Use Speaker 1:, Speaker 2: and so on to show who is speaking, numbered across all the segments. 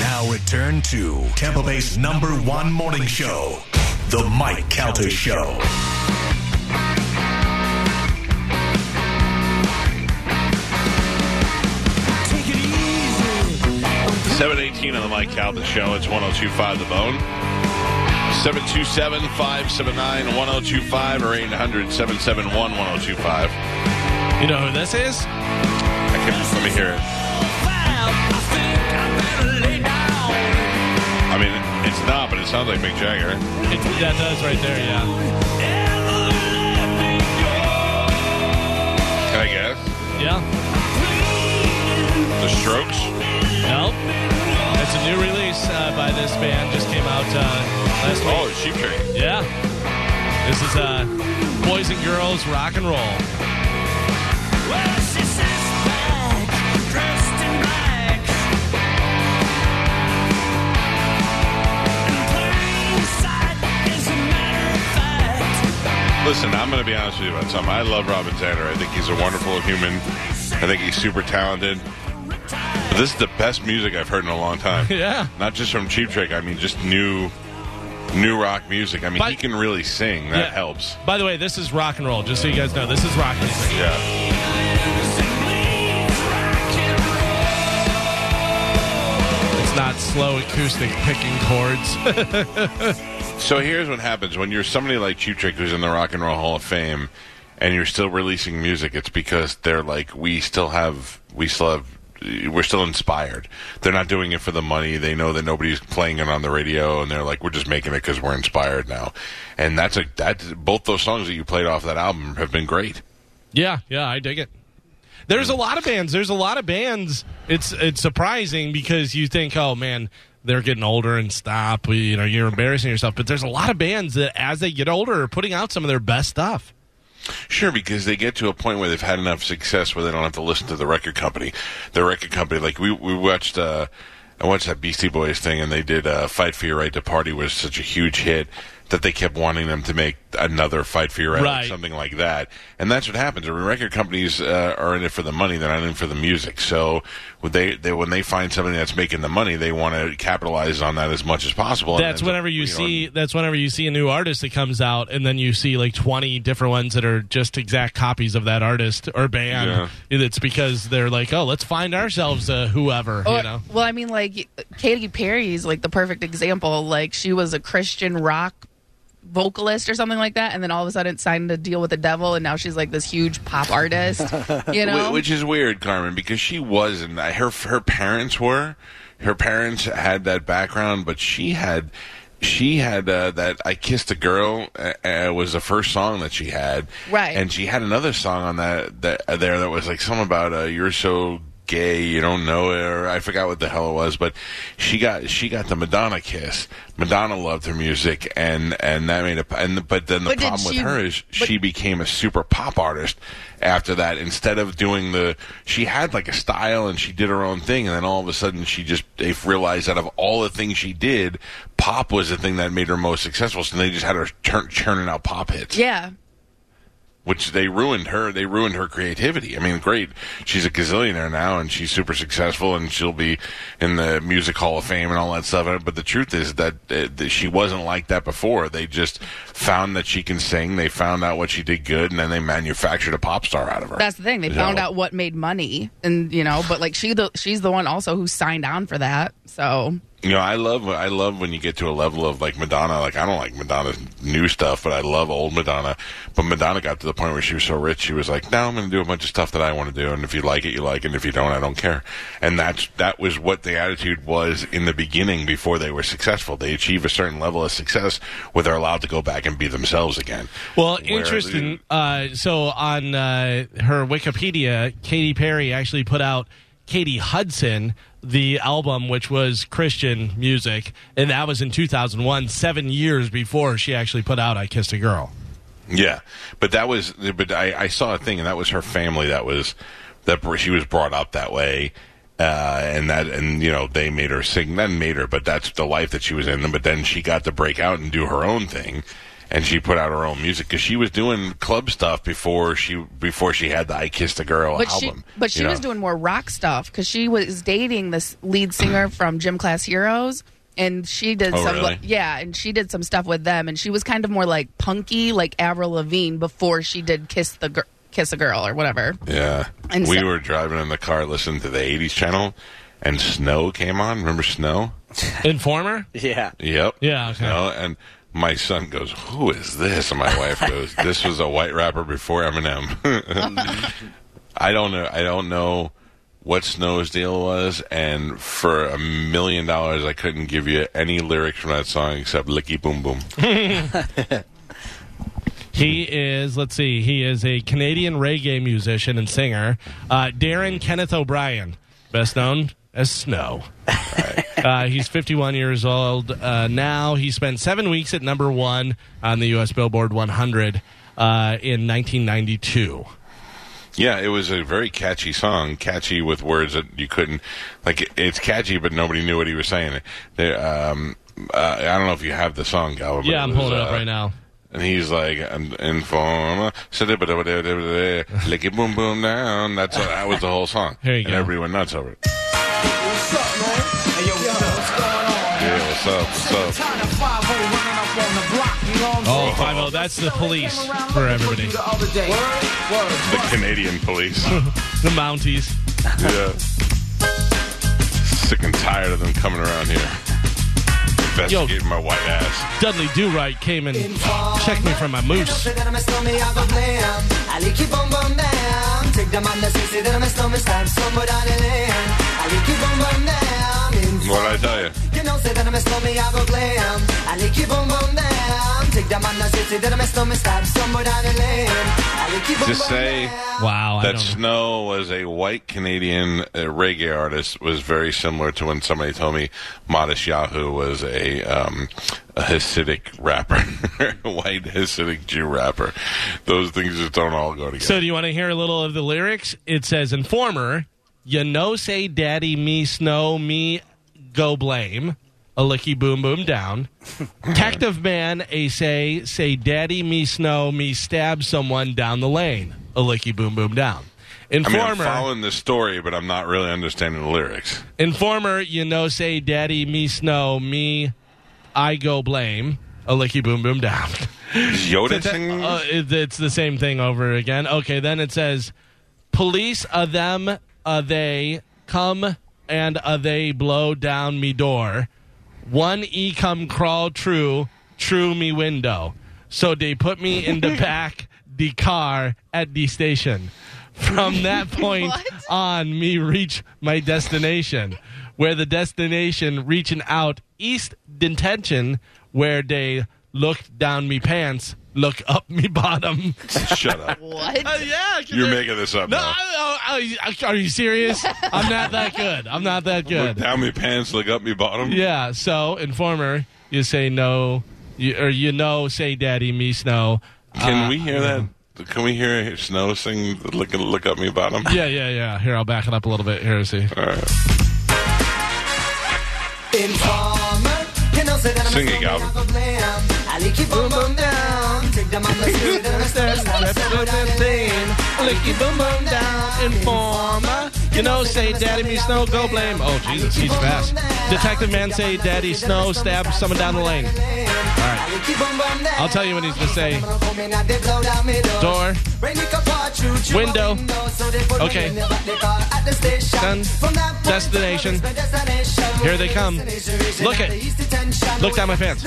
Speaker 1: Now return to Tampa Bay's number one morning show, The Mike Calter Show.
Speaker 2: Take it easy.
Speaker 3: 718 on the Mike Calvin Show. It's 1025 The Bone. 727 579 1025 or 800 771 1025.
Speaker 4: You know who this is?
Speaker 3: Let me hear it.
Speaker 2: I think I better lay down.
Speaker 3: I mean, it's not, but it sounds like Mick Jagger.
Speaker 4: It, that does right there, yeah.
Speaker 2: Ever let me go?
Speaker 3: Can I guess?
Speaker 4: Yeah.
Speaker 3: The Strokes?
Speaker 4: Nope. It's a new release uh, by this band. Just came out uh, last week.
Speaker 3: Oh, the Sheep Train.
Speaker 4: Yeah. This is uh, Boys and Girls Rock and Roll.
Speaker 2: Well, she sits back, dressed in black, in plain sight. As a matter of fact,
Speaker 3: Listen, I'm going to be honest with you about something. I love Robin Zander. I think he's a wonderful human. I think he's super talented. But this is the best music I've heard in a long time.
Speaker 4: Yeah.
Speaker 3: Not just from Cheap Trick. I mean, just new, new rock music. I mean,
Speaker 4: But-
Speaker 3: he can really sing. That
Speaker 4: Yeah.
Speaker 3: helps.
Speaker 4: By the way, this is rock and roll. Just so you guys know, this is rock music.
Speaker 3: Yeah.
Speaker 4: It's not slow acoustic picking chords.
Speaker 3: So here's what happens when you're somebody like Cheap Trick, who's in the Rock and Roll Hall of Fame, and you're still releasing music. It's because they're like, we still have, we still have, we're still inspired. They're not doing it for the money. They know that nobody's playing it on the radio, and they're like, we're just making it because we're inspired now. And that's a that both those songs that you played off that album have been great.
Speaker 4: yeah, yeah, I dig it. There's a lot of bands. There's a lot of bands. It's it's surprising because you think, oh man, they're getting older and stop. You know, you're embarrassing yourself. But there's a lot of bands that, as they get older, are putting out some of their best stuff.
Speaker 3: Sure, because they get to a point where they've had enough success where they don't have to listen to the record company. The record company, like we we watched, uh, I watched that Beastie Boys thing, and they did uh, "Fight for Your Right to Party" was such a huge hit that they kept wanting them to make another "Fight for Your Right"
Speaker 4: Right.
Speaker 3: or something like that. And that's what happens. I mean, record companies uh, are in it for the money; they're not in it for the music. So when they, they when they find something that's making the money, they want to capitalize on that as much as possible. and
Speaker 4: That's
Speaker 3: then,
Speaker 4: whenever you
Speaker 3: know,
Speaker 4: see. That's whenever you see a new artist that comes out, and then you see like twenty different ones that are just exact copies of that artist or band. It's because they're like, oh, let's find ourselves a whoever.
Speaker 5: Or-
Speaker 4: you know,
Speaker 5: Well, I mean, like Katy Perry's like the perfect example. Like she was a Christian rock vocalist or something like that, and then all of a sudden signed a deal with the devil, and now she's like this huge pop artist. You know,
Speaker 3: Wh- Which is weird, Carmen, because she wasn't. I- Her her parents were. Her parents had that background, but she had she had uh, that "I Kissed a Girl" uh, uh, was the first song that she had,
Speaker 5: Right.
Speaker 3: And she had another song on that that uh, there that was like something about uh, "You're so." gay you don't know it or i forgot what the hell it was but she got she got the madonna kiss madonna loved her music and and that made a and but then the
Speaker 5: But did
Speaker 3: problem with
Speaker 5: she-
Speaker 3: her is
Speaker 5: but-
Speaker 3: she became a super pop artist after that instead of doing the she had like a style and she did her own thing and then all of a sudden she just they realized out of all the things she did pop was the thing that made her most successful so they just had her turn, churning out pop hits
Speaker 5: yeah.
Speaker 3: which they ruined her they ruined her creativity i mean great she's a gazillionaire now and she's super successful and she'll be in the music hall of fame and all that stuff but the truth is that, uh, that she wasn't like that before they just found that she can sing they found out what she did good and then they manufactured a pop star out of her
Speaker 5: That's the thing. They
Speaker 3: You
Speaker 5: found
Speaker 3: know?
Speaker 5: out what made money, and you know, but like she, the, she's the one also who signed on for that. So
Speaker 3: You know, I love I love when you get to a level of like Madonna. Like I don't like Madonna's new stuff, but I love old Madonna. But Madonna got to the point where she was so rich, she was like, "Now I'm going to do a bunch of stuff that I want to do, and if you like it, you like it, and if you don't, I don't care." And that's that was what the attitude was in the beginning before they were successful. They achieve a certain level of success where they're allowed to go back and be themselves again.
Speaker 4: Well,
Speaker 3: Where-
Speaker 4: interesting. Uh, so on uh, her Wikipedia, Katy Perry actually put out Katie Hudson the album, which was Christian music, and that was in 2001, seven years before she actually put out "I Kissed a Girl."
Speaker 3: Yeah, but that was. But I, I saw a thing, and that was her family. That was that br- she was brought up that way, uh, and that and you know they made her sing. Then made her, but that's the life that she was in. But then she got to break out and do her own thing, and she put out her own music because she was doing club stuff before she before she had the "I Kissed a Girl"
Speaker 5: But
Speaker 3: album.
Speaker 5: she, but she
Speaker 3: you
Speaker 5: was
Speaker 3: know?
Speaker 5: doing more rock stuff because she was dating this lead singer from Gym Class Heroes, and she did
Speaker 3: Oh,
Speaker 5: some,
Speaker 3: really?
Speaker 5: yeah, and she did some stuff with them, and she was kind of more like punky, like Avril Lavigne before she did Kiss the Girl. Kiss a girl or whatever.
Speaker 3: Yeah.
Speaker 5: And
Speaker 3: we
Speaker 5: so-
Speaker 3: were driving in the car listening to the 80s channel, and Snow came on. Remember Snow?
Speaker 4: Informer,
Speaker 6: Yeah.
Speaker 3: Yep.
Speaker 4: Yeah, okay.
Speaker 3: Snow, and my son goes, Who is this? And my wife goes, This was a white rapper before Eminem. I don't know. I don't know what Snow's deal was, and for a million dollars, I couldn't give you any lyrics from that song except "Licky Boom Boom."
Speaker 4: he is. Let's see, he is a Canadian reggae musician and singer. Uh, Darren Kenneth O'Brien, best known as Snow. Uh, he's 51 years old uh, now. He spent seven weeks at number one on the U.S. Billboard 100 uh, in 1992.
Speaker 3: Yeah, it was a very catchy song, catchy with words that you couldn't like. it- It's catchy, but nobody knew what he was saying. There, um, uh, I don't know if you have the song, Galvin. but
Speaker 4: Yeah, I'm
Speaker 3: was,
Speaker 4: pulling it up
Speaker 3: uh,
Speaker 4: right now.
Speaker 3: And he's like, "An informer, lick it, boom, boom, down." That's that was the whole song.
Speaker 4: Here you
Speaker 3: and
Speaker 4: go.
Speaker 3: everyone nuts over it. Yeah, what's up? What's up?
Speaker 4: Oh, 50, that's the police for everybody.
Speaker 3: The Canadian police.
Speaker 4: The Mounties.
Speaker 3: yeah. Sick and tired of them coming around here. Investigating my white ass.
Speaker 4: Dudley Do Right came and checked me for my moose.
Speaker 3: What would I tell you? Just say
Speaker 4: Wow, I
Speaker 3: that
Speaker 4: don't know.
Speaker 3: Snow was a white Canadian uh, reggae artist was very similar to when somebody told me Modest Yahoo was a, um, a Hasidic rapper, white Hasidic Jew rapper. Those things just don't all go together.
Speaker 4: So, do you want to hear a little of the lyrics? It says, Informer, you know, say daddy, me, snow, me, go blame. A licky boom boom down. Detective man, a say, say daddy, me, snow, me, stab someone down the lane. A licky boom boom down.
Speaker 3: I mean,
Speaker 4: Informer.
Speaker 3: I'm following the story, but I'm not really understanding the lyrics.
Speaker 4: Informer, you know, say daddy, me snow, me, I go blame. A licky boom boom down.
Speaker 3: Yoda singing?
Speaker 4: Uh, it- it's the same thing over again. Okay, then it says, police a them a they come and a they blow down me door. One e come crawl true true me window. So they put me in the back the car at the station. From that point
Speaker 5: What?
Speaker 4: on, me reach my destination, where the destination reaching out east detention, where they looked down me pants, look up me bottom.
Speaker 3: Shut up.
Speaker 4: Uh,
Speaker 5: What?
Speaker 4: yeah, 'cause
Speaker 3: You're
Speaker 4: they're-
Speaker 3: making this up
Speaker 4: No,
Speaker 3: now.
Speaker 4: I, I, I, are you serious? I'm not that good. I'm not that
Speaker 3: Look
Speaker 4: good.
Speaker 3: down me pants, look up me bottom.
Speaker 4: Yeah. So, informer, you say no, you, or you know, say daddy, me snow. Uh,
Speaker 3: Can
Speaker 4: Ah,
Speaker 3: we hear that? Can we hear Snow sing look, look up me bottom?
Speaker 4: Yeah, yeah, yeah. Here, I'll back it up a little bit. Here, see.
Speaker 3: All right. Sing it, Galvin.
Speaker 4: Licky boom boom down, informer. You know, say daddy me snow, go blame. Oh, Jesus, he's fast. Detective man say daddy snow, stab someone down the lane. All right. I'll tell you what he's going to say. Door, window, okay. Done. Destination. Here they come. Look it. Look down my pants.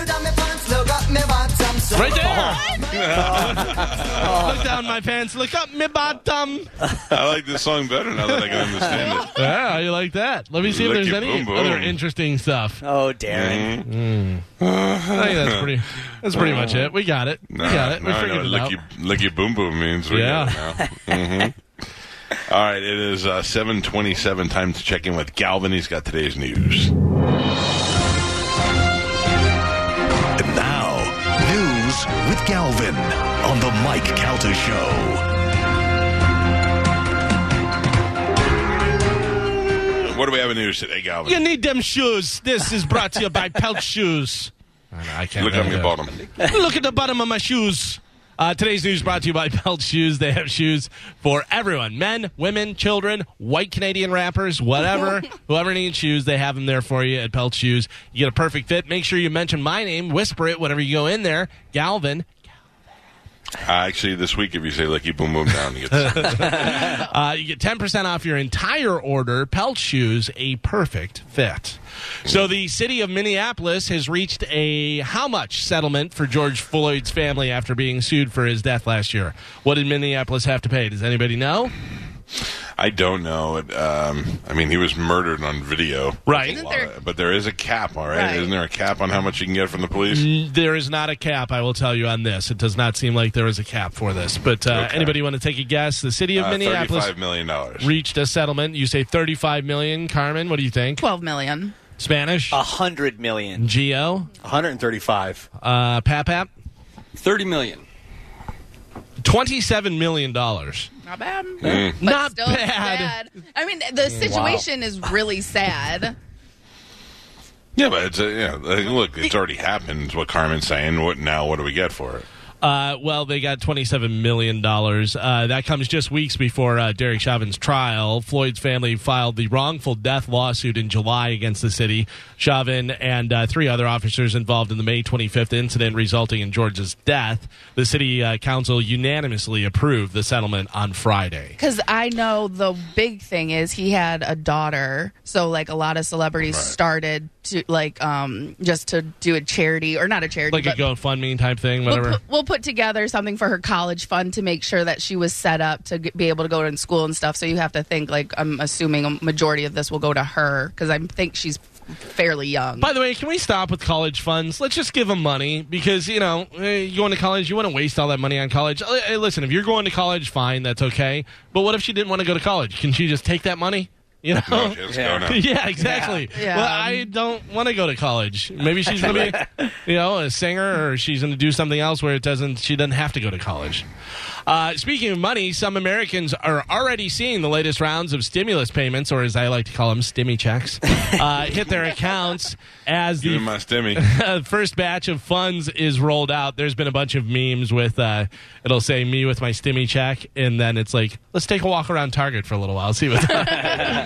Speaker 4: Right there. look down my pants. Look up my bottom.
Speaker 3: I like this song better now that I can understand it.
Speaker 4: Yeah, you like that? Let me see if
Speaker 3: Lick
Speaker 4: there's
Speaker 3: it,
Speaker 4: any
Speaker 3: boom, boom.
Speaker 4: other interesting stuff. Mm.
Speaker 6: Oh, Darren.
Speaker 4: I think that's pretty. That's pretty much it. We got it. we
Speaker 3: Nah,
Speaker 4: got it. We
Speaker 3: now I know
Speaker 4: figured it
Speaker 3: what
Speaker 4: out.
Speaker 3: licky, licky boom boom means. We
Speaker 4: Yeah.
Speaker 3: yeah. Now. hmm All right, it is uh, 727 time to check in with Galvin. He's got today's news.
Speaker 1: And now, news with Galvin on the Mike Calta Show.
Speaker 3: What do we have in news today, Galvin?
Speaker 4: You need them shoes. This is brought to you by Pelt Shoes. I can't
Speaker 3: Look on your bottom. Uh,
Speaker 4: Look at the bottom of my shoes. Uh, today's news brought to you by Pelt Shoes. They have shoes for everyone men, women, children, white Canadian rappers, whatever. Whoever needs shoes, they have them there for you at Pelt Shoes. You get a perfect fit. Make sure you mention my name, whisper it whenever you go in there. Galvin.
Speaker 3: Uh, actually, this week, if you say "Lucky Boom Boom Down," you get
Speaker 4: Uh, you get 10% off your entire order. Pelt Shoes, a perfect fit. So the city of Minneapolis has reached a how much settlement for George Floyd's family after being sued for his death last year. What did Minneapolis have to pay? Does anybody know?
Speaker 3: I don't know. It, um, I mean, he was murdered on video.
Speaker 4: Right.
Speaker 5: Isn't there-
Speaker 3: But there is a cap, all right?
Speaker 5: Right.
Speaker 3: Isn't there a cap on how much you can get from the police?
Speaker 4: There is not a cap, I will tell you on this. It does not seem like there is a cap for this. But uh,
Speaker 3: Okay.
Speaker 4: anybody want to take a guess? The city of
Speaker 3: Uh,
Speaker 4: Minneapolis
Speaker 3: Thirty-five million dollars.
Speaker 4: reached a settlement. You say 35 million, Carmen. What do you think?
Speaker 5: 12 million.
Speaker 4: Spanish?
Speaker 3: Uh,
Speaker 6: A hundred million.
Speaker 4: Geo?
Speaker 6: One hundred and thirty-five.
Speaker 4: Uh, Papap?
Speaker 7: Thirty million.
Speaker 4: $27 million. dollars.
Speaker 5: Not bad. But
Speaker 4: Not
Speaker 5: still
Speaker 4: bad.
Speaker 5: sad. I mean, the situation is really sad.
Speaker 3: yeah, but it's a, yeah. like, Look, it's already happened. Is what Carmen's saying. What now? What do we get for it?
Speaker 4: Uh, well, they got $27 million. Uh, that comes just weeks before uh, Derek Chauvin's trial. Floyd's family filed the wrongful death lawsuit in July against the city. Chauvin and uh, three other officers involved in the May 25th incident resulting in George's death. The city uh, council unanimously approved the settlement on Friday.
Speaker 5: Because I know the big thing is he had a daughter, so like a lot of celebrities started to like um just to do a charity or not a charity,
Speaker 4: Like a
Speaker 5: but
Speaker 4: GoFundMe type thing,
Speaker 5: we'll,
Speaker 4: whatever.
Speaker 5: put, we'll put together something for her college fund to make sure that she was set up to g- be able to go to school and stuff. So you have to think like I'm assuming a majority of this will go to her because I think she's fairly young.
Speaker 4: By the way, can we stop with college funds? Let's just give them money because you know eh, you going to college. You want to waste all that money on college. Eh, eh, Listen, if you're going to college, fine, that's okay. But what if she didn't want to go to college? Can she just take that money? You know.
Speaker 3: No, just go now.
Speaker 4: Yeah, exactly.
Speaker 5: Yeah.
Speaker 4: Well, I don't want to go to college. Maybe she's going to be, you know, a singer, or she's going to do something else where it doesn't. She doesn't have to go to college. Uh, speaking of money, some Americans are already seeing the latest rounds of stimulus payments, or as I like to call them, stimmy checks, uh, hit their accounts as
Speaker 3: Give me
Speaker 4: the
Speaker 3: my stimmy.
Speaker 4: uh, first batch of funds is rolled out. There's been a bunch of memes with uh, it'll say me with my stimmy check, and then it's like let's take a walk around Target for a little while, see what's up.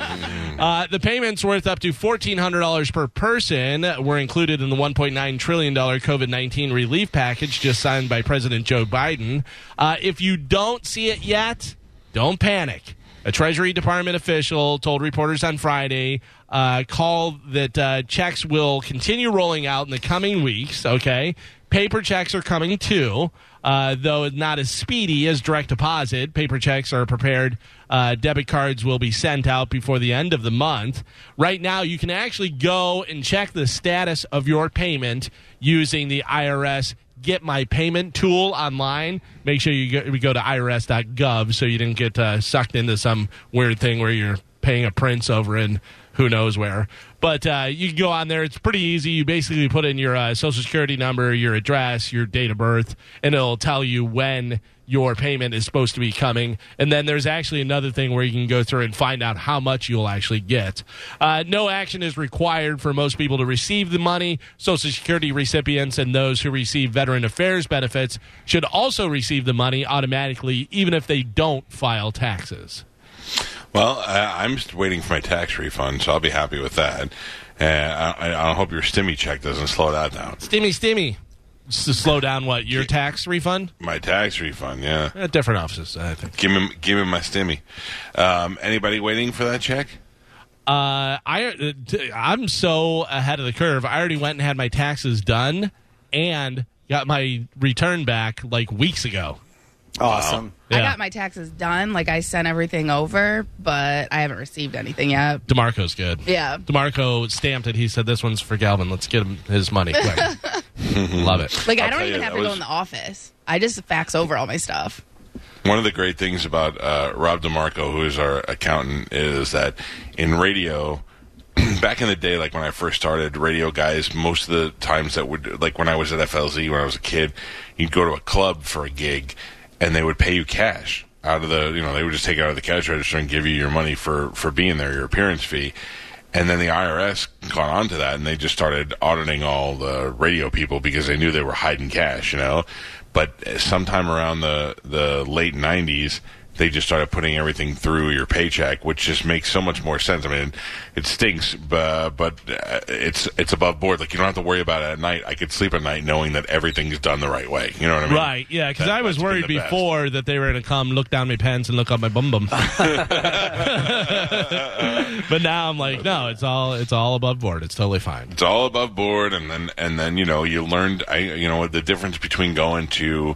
Speaker 4: uh, the payments worth up to fourteen hundred dollars per person were included in the one point nine trillion dollar COVID nineteen relief package just signed by President Joe Biden. Uh, if you don't see it yet, don't panic. A Treasury Department official told reporters on Friday uh, call that uh, checks will continue rolling out in the coming weeks. Okay, paper checks are coming too, uh, though not as speedy as direct deposit. Paper checks are prepared. Uh, debit cards will be sent out before the end of the month. Right now, you can actually go and check the status of your payment using the IRS get my payment tool online. Make sure you go, we go to irs.gov so you didn't get uh, sucked into some weird thing where you're paying a prince over in who knows where. But uh, you can go on there. It's pretty easy. You basically put in your uh, social security number, your address, your date of birth, and it'll tell you when your payment is supposed to be coming. And then there's actually another thing where you can go through and find out how much you'll actually get. Uh, no action is required for most people to receive the money. Social Security recipients and those who receive Veteran Affairs benefits should also receive the money automatically, even if they don't file taxes.
Speaker 3: Well, I, I'm just waiting for my tax refund, so I'll be happy with that. Uh, I, I I hope your stimmy check doesn't slow that down.
Speaker 4: Stimmy, stimmy. S- slow down what? Your tax refund?
Speaker 3: My tax refund, yeah.
Speaker 4: At Uh, different offices, I think.
Speaker 3: Give me, give me my stimmy. Um, anybody waiting for that check?
Speaker 4: Uh, I uh, t- I'm so ahead of the curve. I already went and had my taxes done, and got my return back like weeks ago.
Speaker 6: Awesome.
Speaker 5: I
Speaker 4: Yeah.
Speaker 5: got my taxes done, like I sent everything over, but I haven't received anything yet.
Speaker 4: Demarco's good.
Speaker 5: Yeah.
Speaker 4: Demarco stamped it. He said, "This one's for Galvin. Let's get him his money." Quick. Love it.
Speaker 5: Like
Speaker 3: I'll
Speaker 5: I don't
Speaker 3: tell
Speaker 5: even have
Speaker 3: you, that
Speaker 5: to go
Speaker 3: was-
Speaker 5: in the office. I just fax over all my stuff.
Speaker 3: One of the great things about uh, Rob DeMarco, who is our accountant, is that in radio, back in the day, like when I first started, radio guys, most of the times that would, like when I was at FLZ when I was a kid, you'd go to a club for a gig and they would pay you cash out of the, you know, they would just take it out of the cash register and give you your money for, for being there, your appearance fee. And then the IRS caught on to that and they just started auditing all the radio people because they knew they were hiding cash, you know? But uh, sometime around the, the late 90s, they just started putting everything through your paycheck, which just makes so much more sense. I mean, it stinks, but, but uh, it's it's above board. Like you don't have to worry about it at night. I could sleep at night knowing that everything's done the right way. You know what I mean?
Speaker 4: Right, yeah, because
Speaker 3: That-
Speaker 4: I was
Speaker 3: that's been
Speaker 4: worried
Speaker 3: the best.
Speaker 4: before that they were going to come look down my pants and look up my bum bum. but now I'm like, no, it's all it's all above board. It's totally fine.
Speaker 3: it's all above board and then and then you know you learned i you know the difference between going to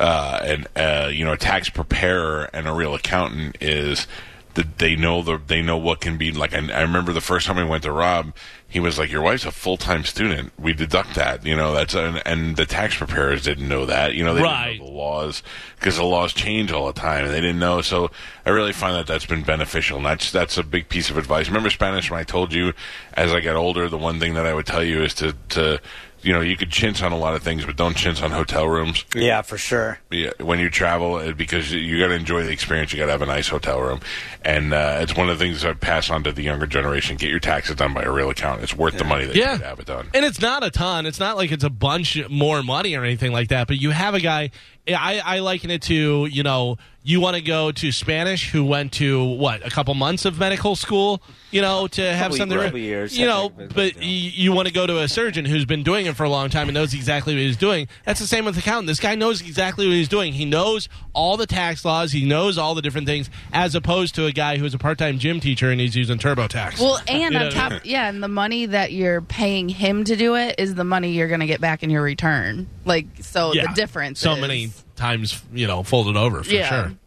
Speaker 3: uh an uh you know a tax preparer and a real accountant is that they know the they know what can be like I, I remember the first time we went to rob he was like your wife's a full-time student we deduct that you know that's and, and the tax preparers didn't know that you know they didn't
Speaker 4: Right.
Speaker 3: know the laws because the laws change all the time and they didn't know so i really find that that's been beneficial and that's that's a big piece of advice remember spanish when i told you as i got older the one thing that i would tell you is to to you know you could chintz on a lot of things but don't chintz on hotel rooms
Speaker 6: Yeah, for sure.
Speaker 3: yeah, when you travel uh, because you- you got to enjoy the experience. You got to have a nice hotel room, and uh, it's one of the things I pass on to the younger generation: get your taxes done by a real accountant. It's worth the money that
Speaker 4: Yeah.
Speaker 3: you have it done.
Speaker 4: And it's not a ton. It's not like it's a bunch more money or anything like that. But you have a guy. I, I liken it to you know you want to go to Spanish who went to what a couple months of medical school you know to have
Speaker 6: Probably
Speaker 4: something
Speaker 6: couple years,
Speaker 4: you
Speaker 6: I
Speaker 4: know
Speaker 6: think, but-
Speaker 4: but you, you want to go to a surgeon who's been doing it for a long time and knows exactly what he's doing that's the same with accountant this guy knows exactly what he's doing he knows all the tax laws he knows all the different things as opposed to a guy who's a part-time gym teacher and he's using TurboTax
Speaker 5: Well, and
Speaker 4: You
Speaker 5: on
Speaker 4: know-
Speaker 5: top, yeah, and the money that you're paying him to do it is the money you're going to get back in your return. Like, so the difference.
Speaker 4: So
Speaker 5: is-
Speaker 4: many times, you know, folded over for
Speaker 5: Yeah.
Speaker 4: sure.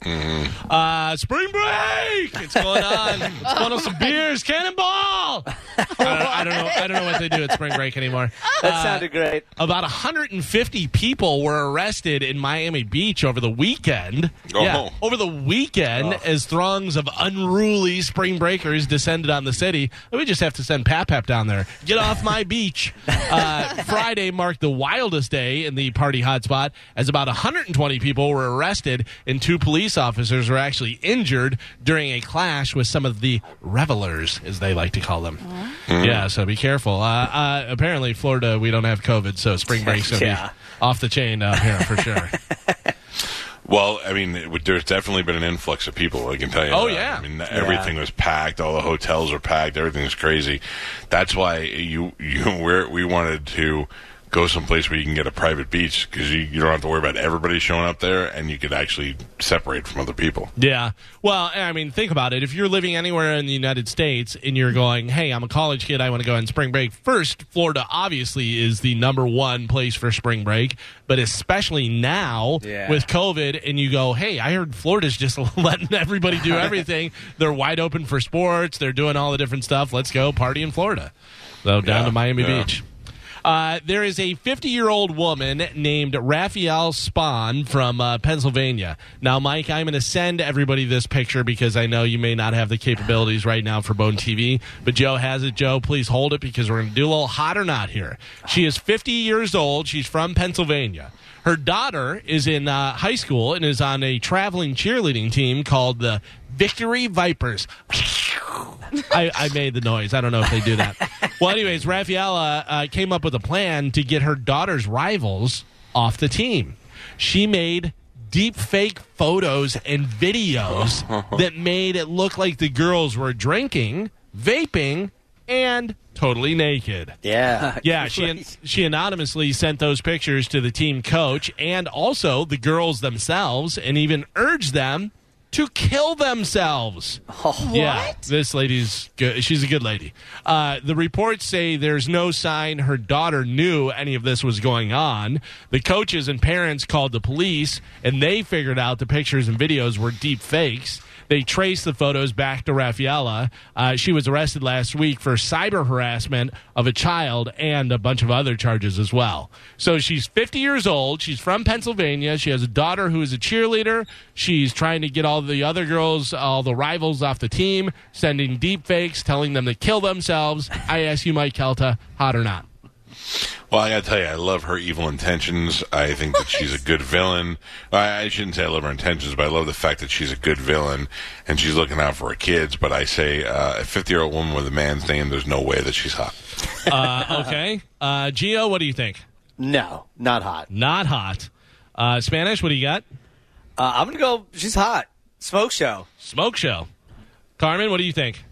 Speaker 4: Uh, spring break, it's going on. Let's go on some beers, cannonball. I don't, I don't know. I don't know what they do at spring break anymore. Uh,
Speaker 6: That sounded great.
Speaker 4: About 150 people were arrested in Miami Beach over the weekend.
Speaker 3: Oh.
Speaker 4: Yeah, over the weekend, as throngs of unruly spring breakers descended on the city. We just have to send Pap Pap down there. Get off my beach. Uh, Friday marked the wildest day in the party hotspot, as about 120 people were arrested and two police officers were actually injured during a clash with some of the revelers, as they like to call them. Yeah, so be careful. Uh, uh, apparently, Florida, we don't have COVID, so spring break's going to
Speaker 6: Yeah.
Speaker 4: be off the chain out here for sure.
Speaker 3: Well, I mean, it, would- there's definitely been an influx of people. I can tell you.
Speaker 4: Oh,
Speaker 3: that.
Speaker 4: yeah.
Speaker 3: I mean, everything was packed. All the hotels were packed. Everything was crazy. That's why you you we're, we wanted to go someplace where you can get a private beach because you, you don't have to worry about everybody showing up there, and you could actually separate from other people.
Speaker 4: Yeah. Well, I mean, think about it. If you're living anywhere in the United States and you're going, hey, I'm a college kid, I want to go on spring break, first, Florida obviously is the number one place for spring break, but especially now
Speaker 6: Yeah.
Speaker 4: with COVID, and you go, hey, I heard Florida's just letting everybody do everything. They're wide open for sports, they're doing all the different stuff. Let's go party in Florida. So down
Speaker 3: Yeah,
Speaker 4: to Miami
Speaker 3: yeah.
Speaker 4: Beach. Uh, there is a 50 year old woman named Raphael Spahn from uh, Pennsylvania. Now, Mike, I'm going to send everybody this picture because I know you may not have the capabilities right now for Bone TV, but Joe has it. Joe, please hold it because we're going to do a little hot or not here. She is 50 years old. She's from Pennsylvania. Her daughter is in uh, high school and is on a traveling cheerleading team called the Victory Vipers. I, I made the noise. I don't know if they do that. well, anyways, Raffaella uh, came up with a plan to get her daughter's rivals off the team. She made deep fake photos and videos that made it look like the girls were drinking, vaping, and totally naked.
Speaker 6: Yeah.
Speaker 4: Yeah, she she anonymously sent those pictures to the team coach and also the girls themselves, and even urged them to kill themselves. Yeah, this lady's good. She's a good lady. Uh, the reports say there's no sign her daughter knew any of this was going on. The coaches and parents called the police, and they figured out the pictures and videos were deep fakes. They traced the photos back to Raffaella. Uh, she was arrested last week for cyber harassment of a child and a bunch of other charges as well. So she's 50 years old. She's from Pennsylvania. She has a daughter who is a cheerleader. She's trying to get all the other girls, all the rivals off the team, sending deep fakes, telling them to kill themselves. I ask you, Mike Kelta, hot or not?
Speaker 3: Well, I gotta tell you, I love her evil intentions. I think that she's a good villain. I, I shouldn't say I love her intentions, but I love the fact that she's a good villain and she's looking out for her kids. But I say, uh, a 50 year old woman with a man's name, there's no way that she's hot.
Speaker 4: Uh, okay. Uh, Gio, what do you think?
Speaker 6: No, not hot.
Speaker 4: Not hot. Uh, Spanish, what do you got?
Speaker 6: Uh, I'm gonna go. She's hot. Smoke show.
Speaker 4: Smoke show. Carmen, what do you think?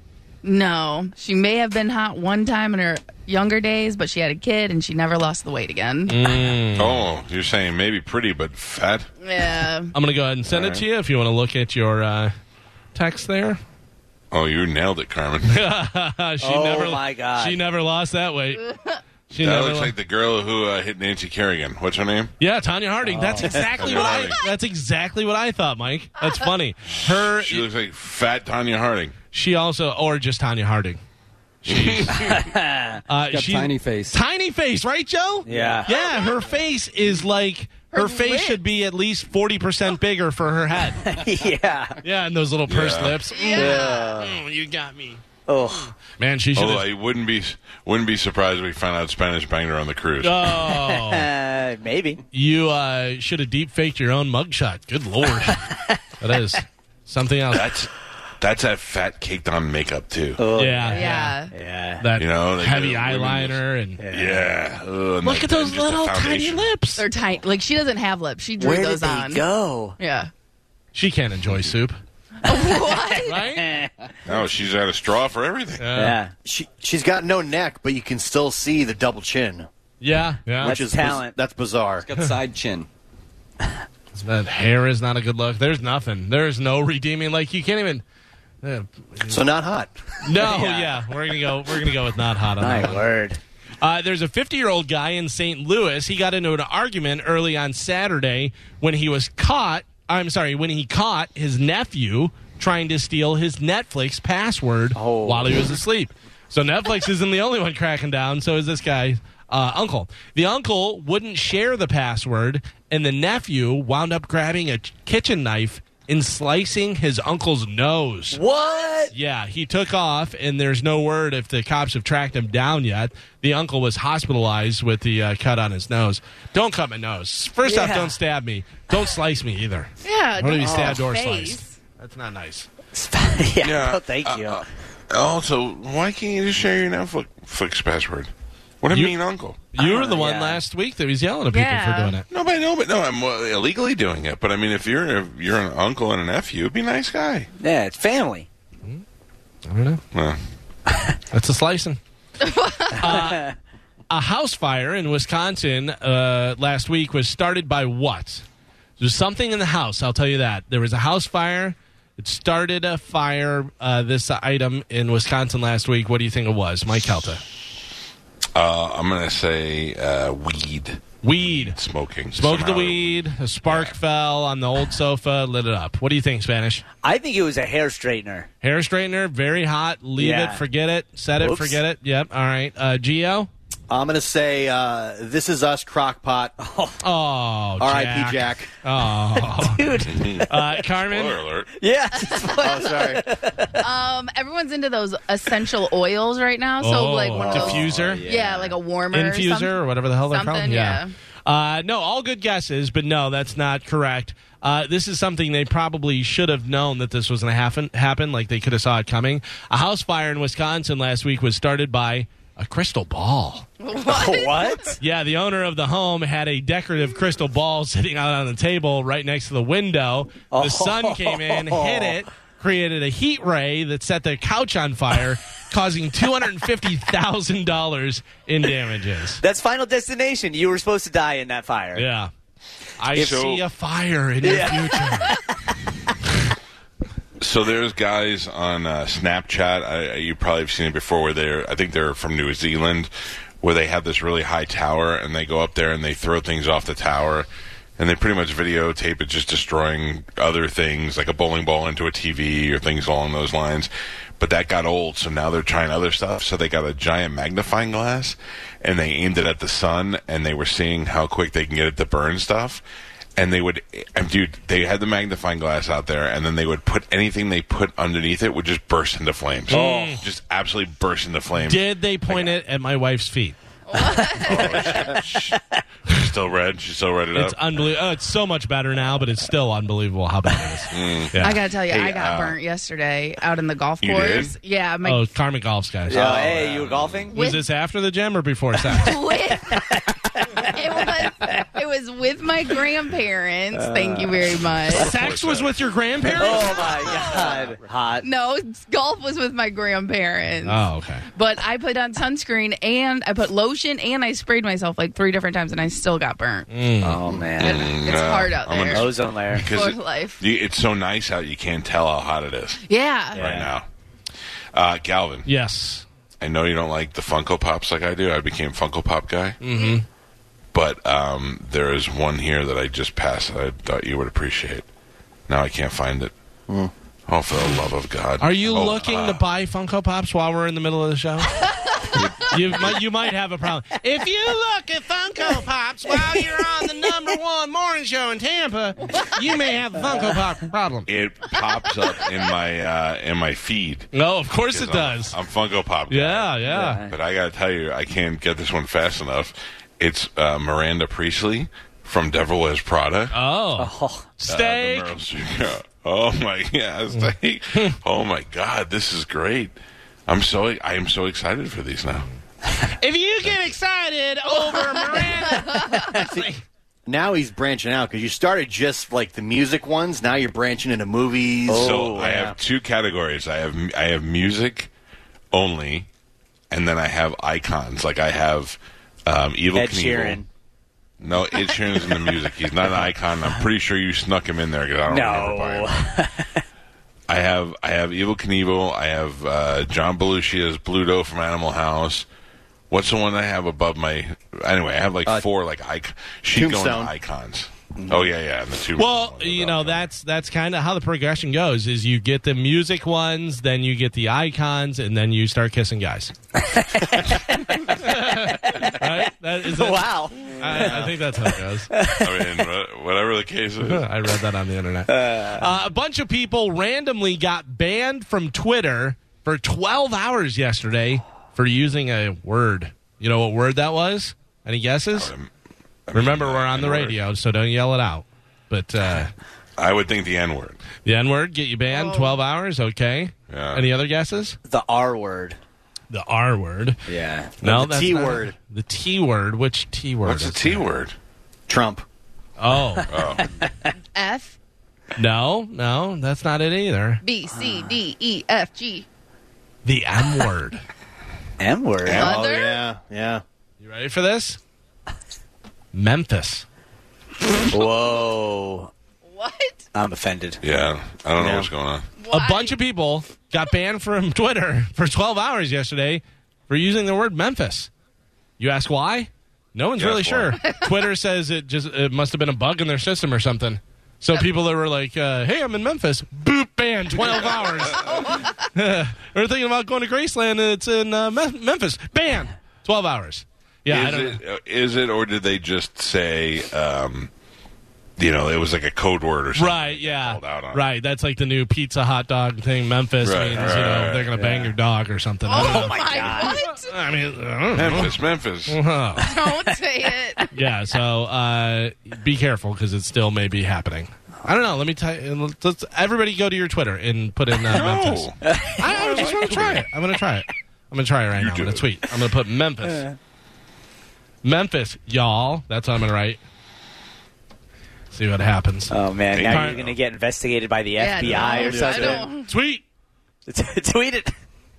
Speaker 5: No, she may have been hot one time in her younger days, but she had a kid and she never lost the weight again.
Speaker 4: Mm.
Speaker 3: Oh, you're saying maybe pretty, but fat?
Speaker 5: Yeah.
Speaker 4: I'm going to go ahead and send it to you if you want to look at your uh, text there.
Speaker 3: Oh, you nailed it, Carmen.
Speaker 4: Uh, she
Speaker 6: Oh,
Speaker 4: never,
Speaker 6: my God.
Speaker 4: She never lost that weight. She
Speaker 3: That
Speaker 4: never
Speaker 3: looks
Speaker 4: lo-
Speaker 3: like the girl who uh, hit Nancy Kerrigan. What's her name?
Speaker 4: yeah, Tanya Harding. That's exactly
Speaker 3: Tanya
Speaker 4: what I.
Speaker 3: Harding.
Speaker 4: That's exactly what I thought, Mike. That's funny. Her.
Speaker 3: She looks like fat Tanya Harding.
Speaker 4: She also, or just Tanya Harding. She's uh,
Speaker 7: Got tiny face.
Speaker 4: Tiny face, right, Joe?
Speaker 6: Yeah.
Speaker 4: Yeah, her face is like her,
Speaker 5: Her
Speaker 4: face
Speaker 5: lip.
Speaker 4: should be at least forty percent bigger for her head.
Speaker 6: yeah.
Speaker 4: yeah, and those little pursed
Speaker 3: Yeah.
Speaker 4: lips.
Speaker 6: Yeah.
Speaker 4: Mm, you got me,
Speaker 6: Oh,
Speaker 4: man. She should.
Speaker 3: Although I wouldn't be wouldn't be surprised if we found out Spanish banged her on the cruise.
Speaker 4: oh,
Speaker 6: uh, maybe.
Speaker 4: you uh, should have deep faked your own mugshot. Good lord, that is something else.
Speaker 3: That's that's that fat caked on makeup too.
Speaker 6: Oh,
Speaker 4: yeah,
Speaker 5: Yeah.
Speaker 6: Yeah.
Speaker 4: That
Speaker 3: You know, they
Speaker 4: heavy
Speaker 3: do women just-
Speaker 4: eyeliner and
Speaker 3: Yeah. Ugh, and
Speaker 4: look
Speaker 3: that-
Speaker 4: at those
Speaker 3: and just the
Speaker 4: little tiny
Speaker 3: foundation.
Speaker 4: lips.
Speaker 5: They're tight. Like she doesn't have lips. She drew
Speaker 6: Where did
Speaker 5: those
Speaker 6: they
Speaker 5: on.
Speaker 6: go?
Speaker 5: Yeah.
Speaker 4: She can't enjoy soup,
Speaker 5: What?
Speaker 4: right?
Speaker 3: No, she's out of straw for everything.
Speaker 6: yeah.
Speaker 8: She she's got no neck, but you can still see the double chin,
Speaker 4: Yeah, yeah.
Speaker 6: That's
Speaker 8: which is biz-
Speaker 6: talent.
Speaker 8: that's bizarre.
Speaker 7: Got side chin.
Speaker 4: That hair is not a good look. There's nothing. There's no redeeming. Like you can't even. uh,
Speaker 8: So not hot.
Speaker 4: no, yeah. we're gonna go. We're gonna go with not hot on that
Speaker 6: My
Speaker 4: one.
Speaker 6: word.
Speaker 4: Uh, there's a 50 year old guy in St. Louis. He got into an argument early on Saturday when he was caught. I'm sorry, when he caught his nephew trying to steal his Netflix password while he was asleep. So Netflix isn't the only one cracking down. So is this guy. Uh, uncle. The uncle wouldn't share the password, and the nephew wound up grabbing a kitchen knife and slicing his uncle's nose.
Speaker 6: What?
Speaker 4: Yeah, he took off, and there's no word if the cops have tracked him down yet. The uncle was hospitalized with the uh, cut on his nose. Don't cut my nose. First off,
Speaker 6: Yeah.
Speaker 4: don't stab me. Don't slice me either.
Speaker 5: Yeah.
Speaker 4: I don't want to be
Speaker 5: don't-
Speaker 4: stabbed or
Speaker 5: face.
Speaker 4: sliced. That's not nice.
Speaker 6: yeah.
Speaker 3: Yeah.
Speaker 6: No, Oh, thank you.
Speaker 3: Uh, uh, also, why can't you just share your Netflix Netflix password? What a
Speaker 4: You-
Speaker 3: mean uncle.
Speaker 4: You were the
Speaker 6: Uh,
Speaker 4: one
Speaker 6: yeah.
Speaker 4: last week that was yelling at people
Speaker 5: Yeah.
Speaker 4: for doing it.
Speaker 3: No, but I know, but no, I'm uh, illegally doing it. But I mean, if you're if you're an uncle and a nephew, be a nice guy.
Speaker 6: yeah, it's family.
Speaker 4: I don't know.
Speaker 3: Well,
Speaker 4: That's a slicing. Uh, a house fire in Wisconsin uh, last week was started by what? There's something in the house. I'll tell you that there was a house fire. It started a fire. Uh, this item in Wisconsin last week. What do you think it was, Mike Kelta?
Speaker 3: uh, I'm gonna say uh, weed
Speaker 4: Weed.
Speaker 3: smoking.
Speaker 4: Smoked the
Speaker 3: Somehow-
Speaker 4: weed. A spark fell on the old sofa. Lit it up. What do you think, Spanish?
Speaker 6: I think it was a hair straightener.
Speaker 4: Hair straightener. Very hot. Leave
Speaker 6: Yeah.
Speaker 4: it. Forget it. Set it.
Speaker 6: Oops.
Speaker 4: Forget it. Yep. All right. Uh, Geo.
Speaker 8: I'm gonna say uh, this is us crockpot.
Speaker 4: Oh,
Speaker 8: R.I.P. Jack.
Speaker 4: Oh,
Speaker 6: Dude.
Speaker 3: Spoiler
Speaker 4: uh, Carmen.
Speaker 3: alert.
Speaker 6: yeah.
Speaker 8: Oh, sorry.
Speaker 5: Um, everyone's into those essential oils right now. So
Speaker 4: oh,
Speaker 5: like one of those.
Speaker 4: diffuser,
Speaker 5: Yeah. like a warmer. or
Speaker 4: infuser,
Speaker 5: something.
Speaker 4: or whatever the hell they're
Speaker 5: Something,
Speaker 4: called. Uh, no, all good guesses, but no, that's not correct. Uh, this is something they probably should have known that this was going to happen. Happen like they could have saw it coming. A house fire in Wisconsin last week was started by a crystal ball.
Speaker 6: what?
Speaker 4: Yeah, the owner of the home had a decorative crystal ball sitting out on the table right next to the window. The sun came in, hit it, created a heat ray that set the couch on fire, causing $250,000 in damages.
Speaker 6: That's Final Destination. You were supposed to die in that fire.
Speaker 4: Yeah. I
Speaker 3: If-
Speaker 4: see a fire in your future.
Speaker 3: So there's guys on uh, Snapchat. I, I- you probably have seen it before. Where they're, I think they're from New Zealand, where they have this really high tower, and they go up there and they throw things off the tower, and they pretty much videotape it just destroying other things like a bowling ball into a TV or things along those lines. But that got old, so now they're trying other stuff. So they got a giant magnifying glass and they aimed it at the sun and they were seeing how quick they can get it to burn stuff. And they would, and dude, they had the magnifying glass out there, and then they would put anything they put underneath it would just burst into flames. Oh, just absolutely burst into flames. Oh,
Speaker 4: Did they point it at my wife's feet?
Speaker 3: She's still red. She's still red it
Speaker 4: It's
Speaker 3: up.
Speaker 4: unbelievable. Oh, it's so much better now, but it's still unbelievable how bad it is. Yeah.
Speaker 5: I gotta tell you,
Speaker 3: Hey,
Speaker 5: I got
Speaker 3: uh,
Speaker 5: burnt yesterday out in the golf
Speaker 3: You did?
Speaker 5: course. Yeah, my
Speaker 4: oh, Carmen Golf's guys.
Speaker 6: Yeah, hey, you were golfing?
Speaker 4: Was
Speaker 5: With-
Speaker 4: this after the gym or before sex?
Speaker 5: with it was it was with my grandparents. Thank you
Speaker 3: Uh.
Speaker 5: very much.
Speaker 4: sex was with your grandparents?
Speaker 6: Oh my god, hot.
Speaker 5: No, golf was with my grandparents.
Speaker 4: Oh, okay.
Speaker 5: But I put on sunscreen and I put lotion and I sprayed myself like three different times and I still got burnt.
Speaker 6: Oh man,
Speaker 5: It's hard out
Speaker 3: Mm, I'm gonna-
Speaker 5: there.
Speaker 6: ozone layer.
Speaker 3: because
Speaker 5: for life.
Speaker 3: you- it's so nice out you can't tell how hot it is
Speaker 5: yeah.
Speaker 3: right now. Uh, Galvin,
Speaker 4: Yes.
Speaker 3: I know you don't like the Funko Pops like I do. I became Funko Pop guy. Mm-hmm. But um, there is one here that I just passed that I thought you would appreciate. Now I can't find it. Oh, for the love of God!
Speaker 4: Are you
Speaker 3: Oh,
Speaker 4: looking
Speaker 3: uh,
Speaker 4: to buy Funko Pops while we're in the middle of the show? you, might, you might have a problem. If you look at Funko Pops while you're on the number one morning show in Tampa, you may have a Funko Pop problem.
Speaker 3: It pops up in my uh, in my feed.
Speaker 4: No, of course it
Speaker 3: 'Cause I'm-
Speaker 4: does.
Speaker 3: I'm Funko Pop. guy.
Speaker 4: yeah, yeah.
Speaker 3: But I gotta tell you, I can't get this one fast enough. It's uh, Miranda Priestley from Devil Wears Prada. Uh,
Speaker 4: Oh.
Speaker 6: Oh,
Speaker 3: the
Speaker 4: Steak.
Speaker 3: Meryl Streep girl. Oh my yeah, steak. oh my god, this is great. I'm so I am so excited for these now.
Speaker 4: If you get excited over Miranda.
Speaker 8: Now he's branching out because you started just like the music ones. Now you're branching into movies.
Speaker 6: Oh,
Speaker 3: so I
Speaker 8: yeah.
Speaker 3: have two categories. I have I have music only, and then I have icons. Like I have um, Evil
Speaker 6: Ed
Speaker 3: Knievel.
Speaker 6: Sheeran.
Speaker 3: No, Ed Sheeran's in the music. He's not an icon. I'm pretty sure you snuck him in there because I don't remember buying
Speaker 6: No.
Speaker 3: him. I have I have Evil Knievel. I have uh, John Belushi as Bluto from Animal House. What's the one I have above my? Anyway, I have
Speaker 6: Uh,
Speaker 3: like four like icon. She's going to
Speaker 8: Tombstone.
Speaker 3: icons. Oh yeah, yeah. And the two.
Speaker 4: Well, you know that's that's kind of how the progression goes. Is you get the music ones, then you get the icons, and then you start kissing guys. right? That is that-
Speaker 6: Wow.
Speaker 4: I, I think that's how it goes.
Speaker 3: I mean, wha- whatever the case is.
Speaker 4: I read that on the internet. Uh, a bunch of people randomly got banned from Twitter for 12 hours yesterday for using a word. You know what word that was? Any guesses? Remember, we're on the
Speaker 3: N-word.
Speaker 4: radio, so don't yell it out. But uh,
Speaker 3: I would think the N word.
Speaker 4: the N word, get you banned, 12 hours, okay.
Speaker 3: Yeah.
Speaker 4: Any other guesses?
Speaker 6: The R word.
Speaker 4: The R word.
Speaker 6: Yeah.
Speaker 4: No,
Speaker 8: the
Speaker 4: that's
Speaker 8: T
Speaker 4: not-
Speaker 8: word.
Speaker 4: The T word. Which T word?
Speaker 3: What's the
Speaker 4: is
Speaker 3: T
Speaker 4: it?
Speaker 3: word?
Speaker 8: Trump.
Speaker 4: Oh,
Speaker 5: F
Speaker 4: no, no, that's not it either.
Speaker 5: B C D E F G.
Speaker 4: The M word.
Speaker 6: M word.
Speaker 8: Oh
Speaker 5: Mother?
Speaker 8: yeah, yeah.
Speaker 4: You ready for this? Memphis.
Speaker 6: Whoa.
Speaker 5: What?
Speaker 6: I'm offended.
Speaker 3: Yeah, I don't know
Speaker 8: Yeah.
Speaker 3: what's going on.
Speaker 4: A bunch of people got banned from Twitter for 12 hours yesterday for using the word Memphis. You ask why? No one's
Speaker 3: Yes,
Speaker 4: really
Speaker 3: why?
Speaker 4: sure. Twitter says it just it must have been a bug in their system or something. So people that were like, uh, "Hey, I'm in Memphis," boop, banned 12 hours. we're thinking about going to Graceland. And it's in uh, Mem- Memphis. Banned 12 hours. Yeah, I
Speaker 3: is
Speaker 4: don't know.
Speaker 3: it, uh, is it, or did they just say, um, you know, it was like a code word or something?
Speaker 4: Right, yeah.
Speaker 3: called out on.
Speaker 4: Right, that's like the new pizza hot dog thing. Memphis
Speaker 3: Right,
Speaker 4: means,
Speaker 3: right,
Speaker 4: you know,
Speaker 3: right, Oh.
Speaker 4: they're going to bang your dog or something. I don't
Speaker 5: Oh,
Speaker 4: know.
Speaker 5: my
Speaker 6: God.
Speaker 5: What?
Speaker 4: I mean, I don't know.
Speaker 3: Memphis, Memphis.
Speaker 4: Mm-hmm. Huh.
Speaker 5: Don't say it.
Speaker 4: yeah, so uh, be careful because it still may be happening. I don't know. Let me tell you. Let's everybody go to your Twitter and put in uh, Memphis.
Speaker 3: No.
Speaker 4: I, I just want to try it. I'm going to try it. I'm going to try it right now. I'm
Speaker 3: do
Speaker 4: going
Speaker 3: it.
Speaker 4: to tweet. I'm going to put Memphis. Memphis, y'all. That's what I'm going to write. See what happens.
Speaker 6: Oh man,
Speaker 3: Hey,
Speaker 6: now
Speaker 4: you
Speaker 6: you're
Speaker 3: know.
Speaker 6: gonna get investigated by the FBI
Speaker 5: no,
Speaker 6: or something.
Speaker 5: I don't.
Speaker 4: tweet.
Speaker 6: Tweet it.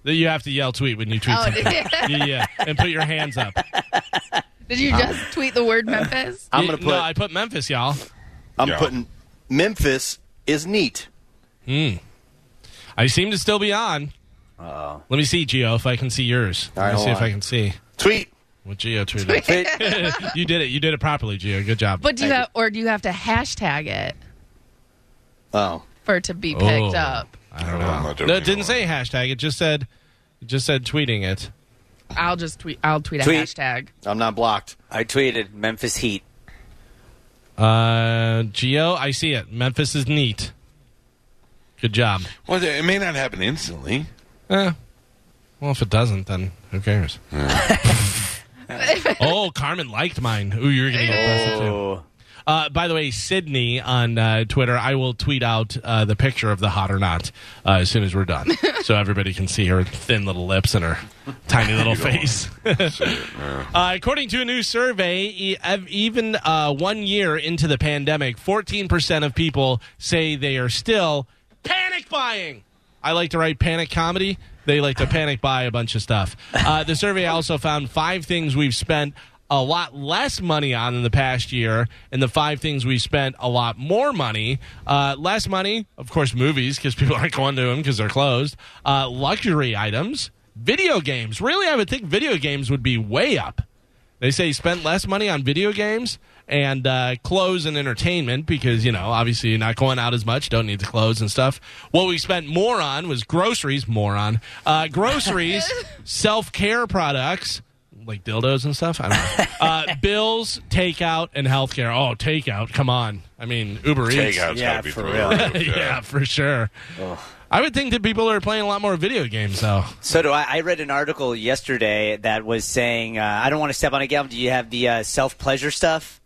Speaker 4: That you have to yell tweet when you tweet
Speaker 5: Oh,
Speaker 4: something.
Speaker 5: did-
Speaker 4: yeah, yeah, and put your hands up.
Speaker 5: Did you just tweet the word Memphis?
Speaker 8: I'm gonna put.
Speaker 4: No, I put Memphis, y'all.
Speaker 8: I'm
Speaker 3: Yeah.
Speaker 8: putting Memphis is neat.
Speaker 4: I seem to still be on. Uh-oh. Let me see, Geo, if I can see yours.
Speaker 8: right,
Speaker 4: Let me see
Speaker 8: hold
Speaker 4: if
Speaker 8: on.
Speaker 4: I can see.
Speaker 8: Tweet.
Speaker 4: What Geo tweeted.
Speaker 6: Fit-
Speaker 4: you did it. You did it properly, Geo. Good job.
Speaker 5: But do you
Speaker 8: Thank
Speaker 5: have, or do you have to hashtag it
Speaker 8: Oh,
Speaker 5: for it to be picked
Speaker 4: Oh.
Speaker 5: up?
Speaker 4: I don't
Speaker 3: know. I'm not doing
Speaker 4: No, it didn't
Speaker 3: anymore.
Speaker 4: say hashtag. It just said, it just said tweeting it.
Speaker 5: I'll just tweet. I'll tweet a
Speaker 6: Tweet.
Speaker 5: hashtag.
Speaker 8: I'm not blocked.
Speaker 6: I tweeted Memphis Heat.
Speaker 4: Uh, Geo, I see it. Memphis is neat. Good job.
Speaker 3: Well, it may not happen instantly.
Speaker 4: Eh. Well, if it doesn't, then who cares? oh, Carmen liked mine. Ooh, you're gonna get busted too. Uh, by the way, Sydney on uh, Twitter, I will tweet out uh, the picture of the hot or not uh, as soon as we're done, so everybody can see her thin little lips and her tiny little face. uh, according to a new survey, e- ev- even uh, one year into the pandemic, 14% of people say they are still panic buying. I like to write panic comedy. They like to panic buy a bunch of stuff. Uh, the survey also found five things we've spent a lot less money on in the past year, and the five things we spent a lot more money. Uh, less money, of course, movies, because people aren't going to them because they're closed. Uh, luxury items, video games. Really, I would think video games would be way up. They say spent less money on video games and uh, clothes and entertainment because, you know, obviously you're not going out as much, don't need the clothes and stuff. What we spent more on was groceries, moron. Uh, groceries, self care products. Like dildos and stuff. I don't know. Uh, bills, takeout, and healthcare. Oh, takeout! Come on. I mean, Uber Eats.
Speaker 3: Takeout's
Speaker 6: Yeah,
Speaker 3: got to be
Speaker 6: for
Speaker 3: through.
Speaker 6: real.
Speaker 3: the roof,
Speaker 4: yeah, for sure. I would think that people are playing a lot more video games, though.
Speaker 6: So do I. I read an article yesterday that was saying, uh, I don't want to step on a gal. Do you have the uh, self pleasure stuff?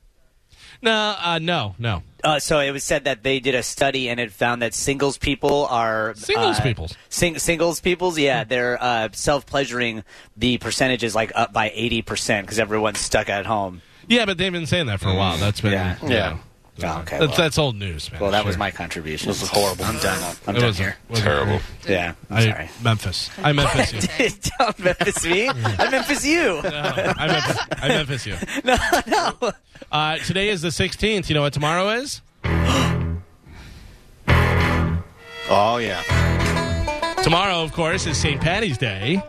Speaker 4: No, uh, no, no.
Speaker 6: Uh, so it was said that they did a study and it found that singles people are
Speaker 4: Singles Hmm.
Speaker 6: uh,
Speaker 4: peoples.
Speaker 6: Sing- singles peoples, yeah, they're uh, self pleasuring. The percentage is like up by eighty percent because everyone's stuck at home.
Speaker 4: Yeah, but they've been saying that for a while. That's been
Speaker 6: Yeah.
Speaker 4: you
Speaker 8: Yeah.
Speaker 4: know,
Speaker 6: Oh, okay,
Speaker 4: That's,
Speaker 6: well,
Speaker 4: that's old news, man.
Speaker 6: well, that was
Speaker 4: Sure.
Speaker 6: my contribution. This is horrible. I'm done. I'm
Speaker 4: It
Speaker 6: done
Speaker 4: wasn't-
Speaker 6: here.
Speaker 4: wasn't
Speaker 3: Terrible.
Speaker 6: Yeah,
Speaker 4: great.
Speaker 6: I'm
Speaker 4: I,
Speaker 6: sorry.
Speaker 4: Memphis. I Memphis you.
Speaker 6: Don't Memphis me. I Memphis you.
Speaker 4: No, I Memphis, I Memphis you. No, no. Uh, today is the 16th. You know what tomorrow is?
Speaker 8: Oh yeah.
Speaker 4: Tomorrow, of course, is St. Patty's Day.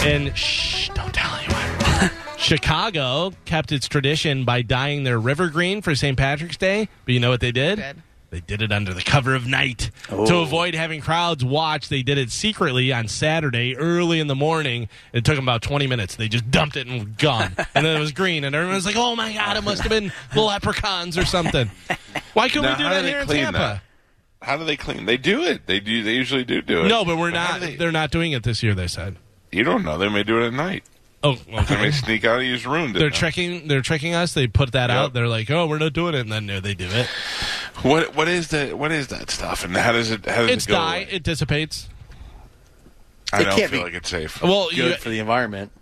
Speaker 4: And shh, don't tell anyone. Chicago kept its tradition by dyeing their river green for St. Patrick's Day. But you know what they did?
Speaker 5: Did.
Speaker 4: They did it under the cover of night.
Speaker 3: Oh.
Speaker 4: To avoid having crowds watch, they did it secretly on Saturday early in the morning. It took them about 20 minutes. They just dumped it in gum. and then it was green. And everyone was like, oh my God, it must have been the leprechauns or something. Why couldn't
Speaker 3: Now,
Speaker 4: we do
Speaker 3: how do
Speaker 4: that
Speaker 3: they
Speaker 4: here in
Speaker 3: clean
Speaker 4: Tampa?
Speaker 3: that? How do they clean? They do it. They do. They usually do do it.
Speaker 4: No, but we're
Speaker 3: how
Speaker 4: not.
Speaker 3: do they-
Speaker 4: They're not doing it this year, they said.
Speaker 3: you don't know. They may do it at night.
Speaker 4: Oh,
Speaker 3: They may
Speaker 4: okay.
Speaker 3: sneak out and you just ruined it.
Speaker 4: they're
Speaker 3: now.
Speaker 4: tricking. They're tricking us. They put that
Speaker 3: Yep.
Speaker 4: out. They're like, "Oh, we're not doing it," and then no, they do it.
Speaker 3: What what is that? What is that stuff? And how does it? How does
Speaker 4: It's
Speaker 3: it go?
Speaker 4: dye.
Speaker 3: away?
Speaker 4: It dissipates.
Speaker 3: I
Speaker 8: It
Speaker 3: don't
Speaker 8: can't
Speaker 3: feel
Speaker 8: be-
Speaker 3: like it's safe.
Speaker 4: Well,
Speaker 8: Good
Speaker 4: you,
Speaker 8: for the environment.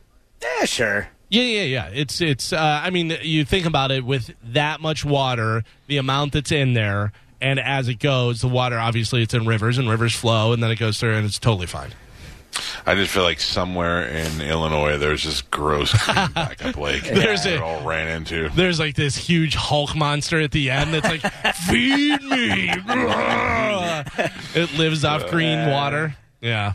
Speaker 6: Yeah, sure.
Speaker 4: yeah, yeah, yeah. It's it's. Uh, I mean, you think about it with that much water, the amount that's in there, and as it goes, the water obviously it's in rivers, and rivers flow, and then it goes through, and it's totally fine.
Speaker 3: I just feel like somewhere in Illinois there's this gross green backup lake.
Speaker 4: There's
Speaker 3: that
Speaker 4: a-
Speaker 3: it all ran into.
Speaker 4: There's like this huge Hulk monster at the end that's like, "Feed me!" it lives off green water. Yeah.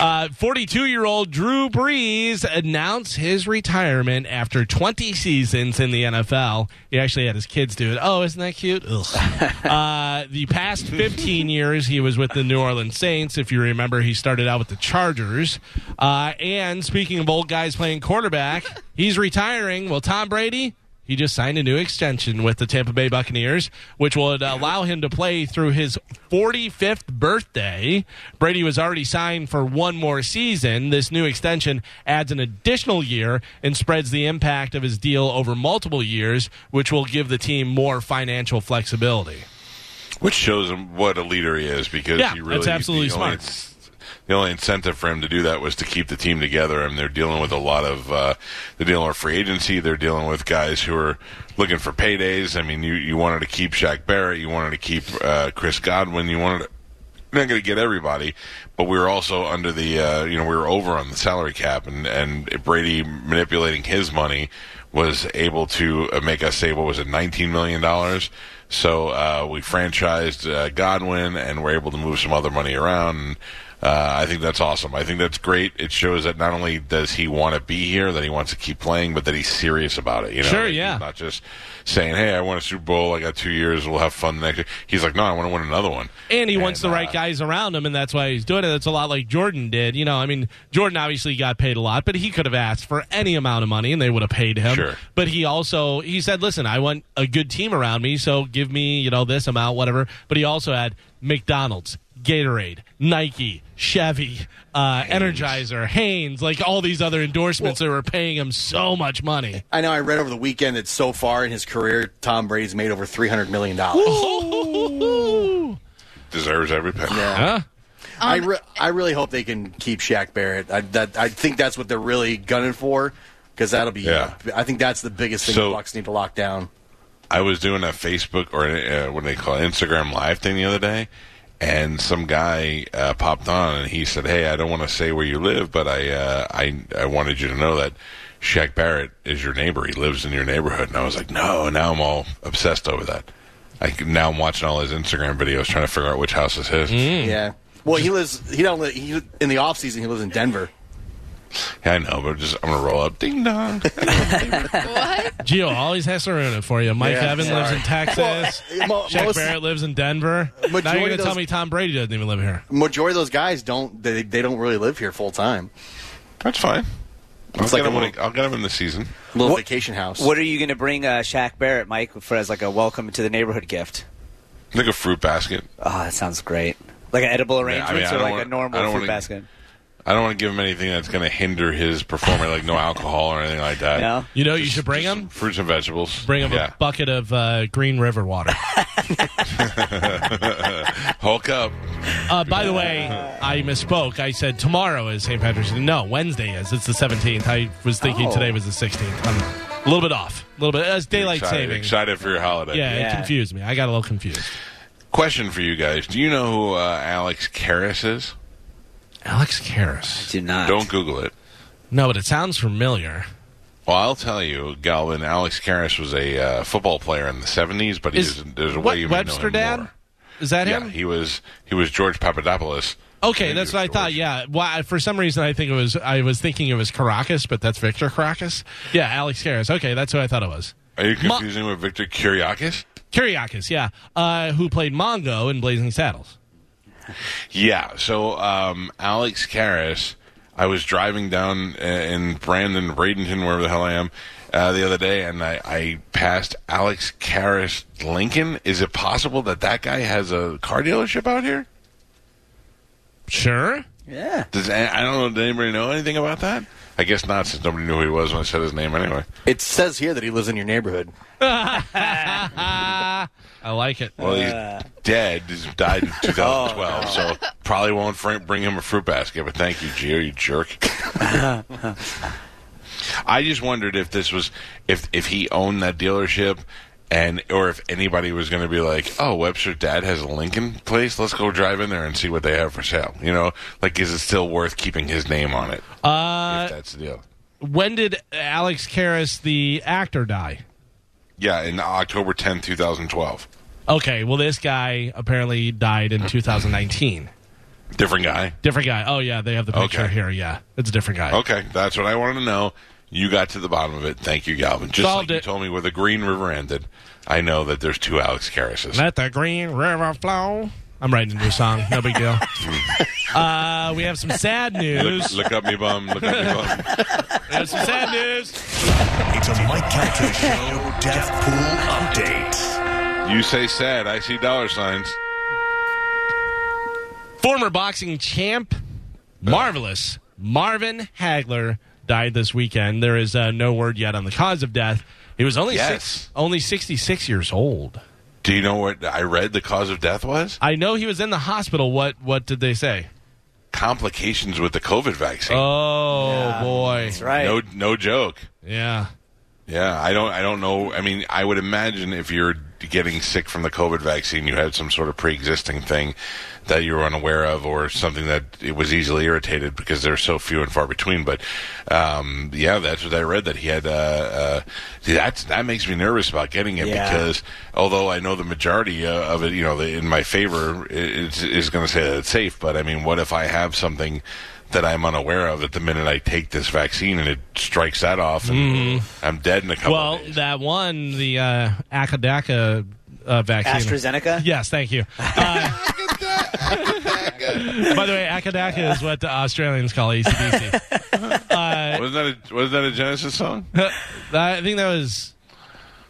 Speaker 4: Uh, 42-year-old Drew Brees announced his retirement after 20 seasons in the NFL. He actually had his kids do it. Oh, isn't that cute? Ugh. Uh, the past 15 years, he was with the New Orleans Saints. If you remember, he started out with the Chargers. Uh, and speaking of old guys playing quarterback, he's retiring. Well, Tom Brady. He just signed a new extension with the Tampa Bay Buccaneers, which would allow him to play through his 45th birthday. Brady was already signed for one more season. This new extension adds an additional year and spreads the impact of his deal over multiple years, which will give the team more financial flexibility.
Speaker 3: Which shows him what a leader he is because
Speaker 4: Yeah,
Speaker 3: he really
Speaker 4: that's absolutely
Speaker 3: the only- the only incentive for him to do that was to keep the team together, and they're dealing with a lot of uh, they're dealing with free agency. They're dealing with guys who are looking for paydays. I mean, you you wanted to keep Shaq Barrett, you wanted to keep uh, Chris Godwin, you wanted to. you're Not going to get everybody, but we were also under the uh, you know we were over on the salary cap, and and Brady manipulating his money was able to uh, make us say what was it, nineteen million dollars. So uh, we franchised uh, Godwin, and we're able to move some other money around. And, Uh, I think that's awesome. I think that's great. It shows that not only does he want to be here, that he wants to keep playing, but that he's serious about it. You know,
Speaker 4: Sure,
Speaker 3: That he's
Speaker 4: yeah.
Speaker 3: not just saying, "Hey, I won a Super Bowl. I got two years. We'll have fun next." year. He's like, "No, I want to win another one."
Speaker 4: And he wants the
Speaker 3: uh,
Speaker 4: right guys around him, and that's why he's doing it. It's a lot like Jordan did. You know, I mean, Jordan obviously got paid a lot, but he could have asked for any amount of money, and they would have paid him.
Speaker 3: Sure.
Speaker 4: But he also he said, "Listen, I want a good team around me, so give me you know this amount, whatever." But he also had McDonald's, Gatorade, Nike, Chevy, uh, Energizer, Haynes, like all these other endorsements that were paying him so much money.
Speaker 8: I know I read over the weekend that so far in his career, Tom Brady's made over three hundred million dollars.
Speaker 3: Deserves every penny.
Speaker 4: Huh?
Speaker 8: I, re- I really hope they can keep Shaq Barrett. I, that I think that's what they're really gunning for because that'll be.
Speaker 3: Yeah.
Speaker 8: I think that's the biggest thing
Speaker 3: So-
Speaker 8: the Bucks need to lock down.
Speaker 3: I was doing a Facebook or uh, what do they call it, Instagram live thing the other day, and some guy uh, popped on and he said, "Hey, I don't want to say where you live, but I uh, I I wanted you to know that Shaq Barrett is your neighbor. He lives in your neighborhood." And I was like, "No!" Now I'm all obsessed over that. I, now I'm watching all his Instagram videos trying to figure out which house is his.
Speaker 8: Yeah. Well, he lives. He don't. Live, he in the off season. He lives in Denver.
Speaker 3: Yeah, I know, but just I'm gonna roll up, ding dong.
Speaker 4: Gio always has to ruin it for you. Mike
Speaker 8: Yeah,
Speaker 4: Evans
Speaker 8: sorry.
Speaker 4: lives in Texas.
Speaker 8: Mo-
Speaker 4: Jack
Speaker 8: most-
Speaker 4: Barrett lives in Denver. Now you're
Speaker 8: Majority
Speaker 4: going
Speaker 8: of
Speaker 4: to
Speaker 8: those-
Speaker 4: tell me Tom Brady doesn't even live here.
Speaker 8: Majority of those guys don't. They, they don't really live here full time.
Speaker 3: That's fine. I'll
Speaker 8: It's
Speaker 3: get,
Speaker 8: like a
Speaker 3: him when
Speaker 8: little-
Speaker 3: he- I'll get him in the season.
Speaker 8: Little
Speaker 6: What-
Speaker 8: vacation house.
Speaker 6: What are you going to bring uh, Shaq Barrett, Mike, for as like a welcome to the neighborhood gift?
Speaker 3: Like a fruit basket.
Speaker 6: Oh, that sounds great. Like an edible
Speaker 3: mean,
Speaker 6: arrangement
Speaker 3: I
Speaker 6: or
Speaker 3: don't
Speaker 6: like
Speaker 3: wanna-
Speaker 6: a
Speaker 3: I
Speaker 6: normal
Speaker 3: don't
Speaker 6: fruit
Speaker 3: wanna-
Speaker 6: basket?
Speaker 3: I don't want to give him anything that's going to hinder his performance, like no alcohol or anything like that.
Speaker 6: No?
Speaker 4: You know, you
Speaker 3: Just-
Speaker 4: should bring
Speaker 3: just
Speaker 4: him.
Speaker 3: fruits and vegetables.
Speaker 4: Bring him
Speaker 3: yeah.
Speaker 4: a bucket of uh, Green River water.
Speaker 3: Hulk up.
Speaker 4: Uh, by the way, I misspoke. I said tomorrow is St. Patrick's Day. No, Wednesday is. It's the 17th. I was thinking
Speaker 6: Oh.
Speaker 4: today was the 16th. I'm a little bit off. A little bit. It's daylight
Speaker 3: excited,
Speaker 4: savings.
Speaker 3: Excited for your holiday.
Speaker 4: Yeah, it
Speaker 6: Yeah.
Speaker 4: confused me. I got a little confused.
Speaker 3: Question for you guys: Do you know who uh, Alex Karras is?
Speaker 4: Alex Karras.
Speaker 6: Do not.
Speaker 3: Don't Google it.
Speaker 4: No, but it sounds familiar.
Speaker 3: Well, I'll tell you, Galvin. Alex Karras was a uh, football player in the '70s, but he's,
Speaker 4: Is
Speaker 3: there's a
Speaker 4: what,
Speaker 3: way you may know
Speaker 4: Webster
Speaker 3: him
Speaker 4: Dad?
Speaker 3: more.
Speaker 4: Is that
Speaker 3: Yeah,
Speaker 4: him?
Speaker 3: he was he was George Papadopoulos.
Speaker 4: Okay,
Speaker 3: Maybe
Speaker 4: that's
Speaker 3: it was
Speaker 4: what I thought.
Speaker 3: George.
Speaker 4: Yeah. Well, I, for some reason, I think it was. I was thinking it was Caracas, but that's Victor Caracas. Yeah, Alex Karras. Okay, that's who I thought it was.
Speaker 3: Are you confusing him with Victor Kiriakis?
Speaker 4: Kiriakis, yeah, uh, who played Mongo in Blazing Saddles.
Speaker 3: Yeah. So um, Alex Karras, I was driving down uh, in Brandon, Bradenton, wherever the hell I am, uh, the other day, and I, I passed Alex Karras Lincoln. Is it possible that that guy has a car dealership out here?
Speaker 4: Sure.
Speaker 6: Yeah.
Speaker 3: Does a- I don't know. Did anybody know anything about that? I guess not, since nobody knew who he was when I said his name anyway.
Speaker 8: It says here that he lives in your neighborhood.
Speaker 4: I like it.
Speaker 3: Well, he's dead. He's died in 2012, so probably won't fr- bring him a fruit basket. But thank you, Gio, you jerk. I just wondered if this was if if he owned that dealership, and or if anybody was going to be like, "Oh, Webster Dad has a Lincoln place. Let's go drive in there and see what they have for sale." You know, like is it still worth keeping his name on it?
Speaker 4: Uh,
Speaker 3: if that's the deal.
Speaker 4: when did Alex Karras, the actor, die?
Speaker 3: Yeah, in October 10, 2012.
Speaker 4: Okay, well, this guy apparently died in 2019.
Speaker 3: Different guy.
Speaker 4: Different guy. Oh yeah, they have the picture
Speaker 3: Okay.
Speaker 4: here. Yeah, it's a different guy.
Speaker 3: Okay, that's what I wanted to know. You got to the bottom of it. Thank you, Galvin. Just
Speaker 4: Solved
Speaker 3: like
Speaker 4: it.
Speaker 3: you told me where the Green River ended, I know that there's two Alex Karrases.
Speaker 4: Let the green river flow. I'm writing a new song. No big deal. uh, we have some sad
Speaker 3: Look,
Speaker 4: news.
Speaker 3: look up me bum. Look up me bum.
Speaker 4: We have some sad news.
Speaker 1: It's a Mike Calter Show Death Pool Update.
Speaker 3: You say sad. I see dollar signs.
Speaker 4: Former boxing champ, marvelous Marvin Hagler died this weekend. There is uh, no word yet on the cause of death. He was only
Speaker 3: Yes.
Speaker 4: six, only 66 years old.
Speaker 3: Do you know what I read the cause of death was?
Speaker 4: I know he was in the hospital. What what did they say?
Speaker 3: Complications with the COVID vaccine.
Speaker 4: Oh boy,
Speaker 6: That's right.
Speaker 3: No, no joke.
Speaker 4: yeah.
Speaker 3: Yeah, I don't. I don't know. I mean, I would imagine if you're getting sick from the COVID vaccine, you had some sort of pre-existing thing that you were unaware of, or something that it was easily irritated because they're so few and far between. But um, yeah, that's what I read that he had. Uh, uh, see, that's that makes me nervous about getting it
Speaker 6: Yeah.
Speaker 3: because although I know the majority uh, of it, you know, the, in my favor is is going to say that it's safe. But I mean, what if I have something that I'm unaware of at the minute I take this vaccine and it strikes that off and I'm dead in a couple
Speaker 4: Mm-hmm. Well,
Speaker 3: of days?
Speaker 4: that one, the uh, Akadaka uh, vaccine.
Speaker 6: AstraZeneca?
Speaker 4: Yes, thank you. Uh, by the way, Akadaka is what the Australians call ACDC. Uh,
Speaker 3: wasn't that a, wasn't that a Genesis song?
Speaker 4: I think that was